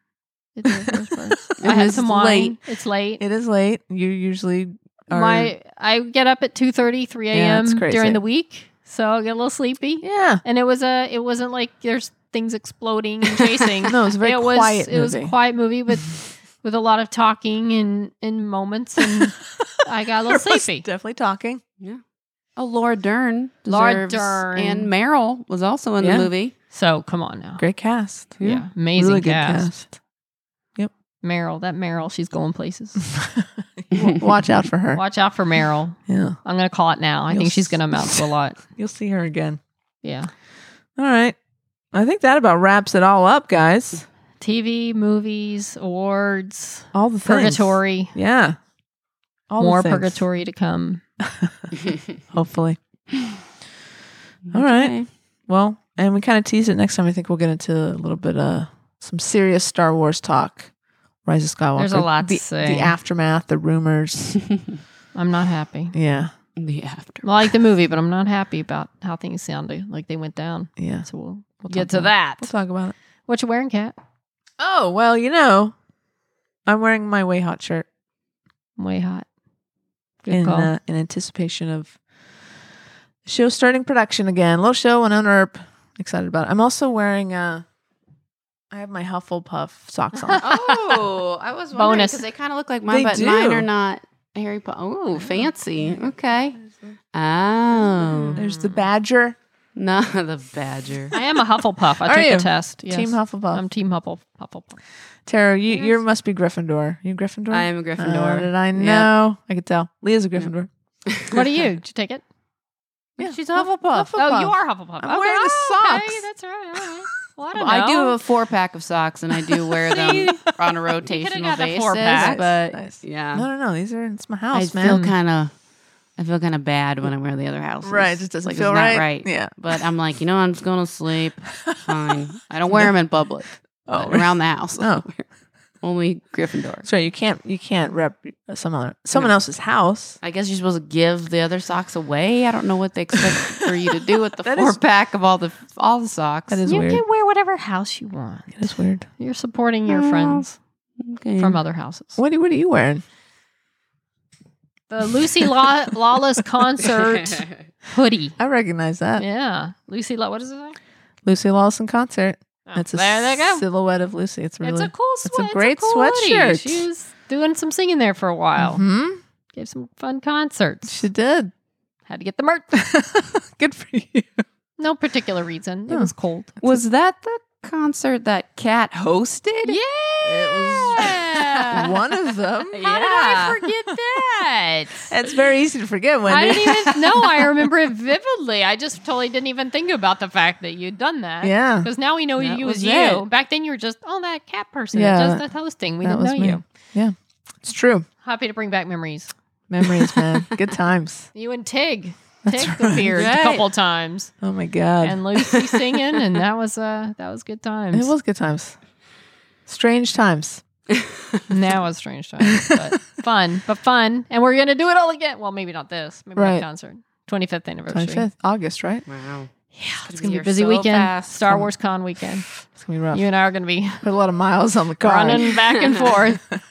C: It did, those birds.
E: It
C: I had
E: was
C: some wine.
E: late.
C: It's late.
B: It is late. You usually are
C: My I get up at 2:30, 3
B: Yeah,
C: a.m.
B: it's crazy.
C: during the week, so I get a little sleepy.
B: Yeah.
C: And it was a. It wasn't like there's things exploding and chasing.
B: No, it was a very
C: it was
B: quiet
C: it was a
B: movie.
C: quiet movie with with a lot of talking and and moments and I got a little
B: There was
C: sleepy.
B: Definitely talking.
E: Oh, Laura Dern.
C: Laura
E: deserves-
C: Dern.
E: And Meryl was also in
B: Yeah.
E: the movie.
C: So come on now.
B: Great cast.
C: Yeah, amazing
B: really good
C: cast.
B: cast.
C: Meryl, that Meryl, she's going places.
B: Watch out for her.
C: Watch out for Meryl.
B: Yeah,
C: I'm gonna call it now. I
B: You'll
C: think she's
B: s-
C: gonna amount to a lot.
B: you'll see her again.
C: Yeah.
B: All right, I think that about wraps it all up, guys.
C: TV, movies, awards,
B: All the things.
C: purgatory.
B: Yeah, all the
C: More
B: things,
C: purgatory to come.
B: Hopefully. All right. Well, and we kind of teased it. Next time, I think we'll get into a little bit of some serious Star Wars talk. Rise of Skywalker.
C: There's a lot to
B: the,
C: say.
B: The aftermath, the rumors.
C: I'm not happy.
B: yeah,
E: The after.
C: Well, I like the movie, but I'm not happy about how things sounded. Like they went down.
B: yeah.
C: So we'll,
B: We'll
C: get
B: talk
C: to
B: about
C: that.
B: We'll talk about it.
C: What you wearing, Kat?
B: Oh, well, you know, I'm wearing my way hot shirt
C: I'm way hot. Good
B: in,
C: call.
B: uh, in anticipation of the show starting production again. Little show on Herb. Excited about it. I'm also wearing, uh, I have my Hufflepuff socks on.
E: Oh, I was wondering
C: Bonus.
E: because they kind of look like mine,
B: They
E: but
B: do.
E: mine are not Harry Potter. Oh, fancy. Okay. Oh,
B: There's the badger.
E: no, the badger.
C: I am a Hufflepuff. I
B: Are
C: took
B: you?
C: the test. Yes.
B: Team Hufflepuff.
C: I'm Team Huffle- Hufflepuff.
B: Tara, you you must be Gryffindor. You Gryffindor?
E: I am a
B: How
E: Gryffindor.
B: did I know? I could tell. Leah's a Gryffindor.
C: What are you? Did you take it?
B: Yeah.
E: She's a Hufflepuff.
C: Oh, you are Hufflepuff.
B: I'm
C: Okay,
B: wearing the
C: Okay,
B: socks.
C: that's right. All right. Well, I
E: Well,
C: don't
E: I do
C: know.
E: have a four pack of socks, and I do wear them on a
C: could've
E: rotational
C: got a
E: basis.
C: four-pack.
E: But
B: Nice.
E: yeah,
B: No, no, no. These are it's my
E: I
B: house,
E: feel
B: man.
E: kind of, I feel kind of bad when I wear the other houses.
B: Right, it just doesn't
E: like,
B: feel
E: it's not
B: right.
E: right.
B: Yeah.
E: but I'm like, you know, I'm just going to sleep. Fine. I don't wear them in public.
B: Oh,
E: but around the house.
B: Oh.
E: only Gryffindor.
B: So you can't you can't rep some other, someone else's house.
E: I guess you're supposed to give the other socks away. I don't know what they expect for you to do with the
B: That
E: four
B: is-
E: pack of all the all the socks.
B: That is
C: You
B: weird.
C: can wear whatever house you want. Oh.
B: That is weird.
C: You're supporting your friends
E: Okay.
C: from other houses.
B: What are, what are you wearing?
C: The Lucy Law- Lawless concert hoodie.
B: I recognize
C: Uh,
B: that
C: Yeah, Lucy Law. What is it? say?
B: Lucy Lawson concert.
C: Oh,
B: That's a
C: there they go.
B: silhouette of Lucy. It's really
C: it's a cool
B: a
C: sweat.
B: great
C: cool hoodie.
B: sweatshirt.
C: She was doing some singing there for a while.
B: Mhm.
C: Gave some fun concerts.
B: She did.
C: Had to get the merch.
B: Good for you.
C: No particular reason. It
B: Huh.
C: was cold.
E: was that the concert that Cat hosted?
C: Yeah. How
B: One of them.
C: did I forget that?
B: It's very easy to forget
C: I
B: Wendy.
C: didn't even know. I remember it vividly. I just totally didn't even think about the fact that you'd done that.
B: Yeah.
C: Because now we know
B: That
C: you
B: was
C: was you.
B: it.
C: Back then you were just, oh, that cat person
B: Yeah,
C: that does the hosting. We
B: that
C: didn't
B: was
C: know
B: me.
C: you.
B: Yeah. It's true.
C: Happy to bring back memories.
B: Memories, man. Good times.
C: You and Tig.
B: That's
C: Tig
B: right.
C: appeared
B: Right.
C: a couple times.
B: Oh my god.
C: And Lucy singing, and that was uh that was good times.
B: it was good times. Strange times.
C: now was strange times, but fun, but fun, and we're gonna do it all again. Well, maybe not this, maybe
B: Right.
C: not concert. Twenty fifth anniversary.
B: 25th August, right?
E: Wow.
C: Yeah, it's gonna be
E: be
C: a
E: here
C: busy
E: so
C: weekend.
E: fast.
C: Star Wars Con weekend.
B: It's gonna be rough.
C: You and I are gonna be
B: Put a lot of miles on the car.
C: running back and forth,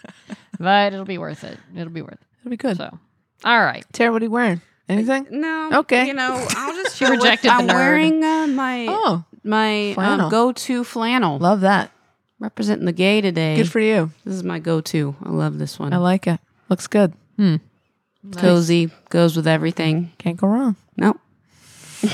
C: but it'll be worth it. It'll be worth
B: It'll be good.
C: it. So, all right.
B: Tara, what are you wearing? Anything?
E: No.
B: Okay.
E: You know, I'll just.
C: She
E: go
C: rejected the
E: with, I'm
C: nerd.
E: wearing uh, my
B: Oh,
E: my
B: Flannel.
E: um, go-to flannel.
B: love that.
E: Representing the gay today.
B: Good for you.
E: this is my go-to. I love this one.
B: I like it. Looks good.
E: It's cozy. Goes with everything.
B: Can't go wrong.
E: Nope.
C: All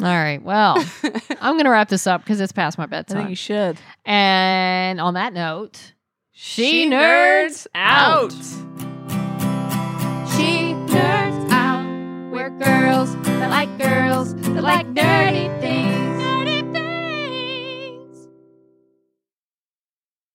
C: right. Well, I'm going to wrap this up because it's past my
B: I think
C: bedtime.
B: you should.
C: and on that note, she, nerds out.
A: She nerds out. We're girls that like girls that like nerdy things.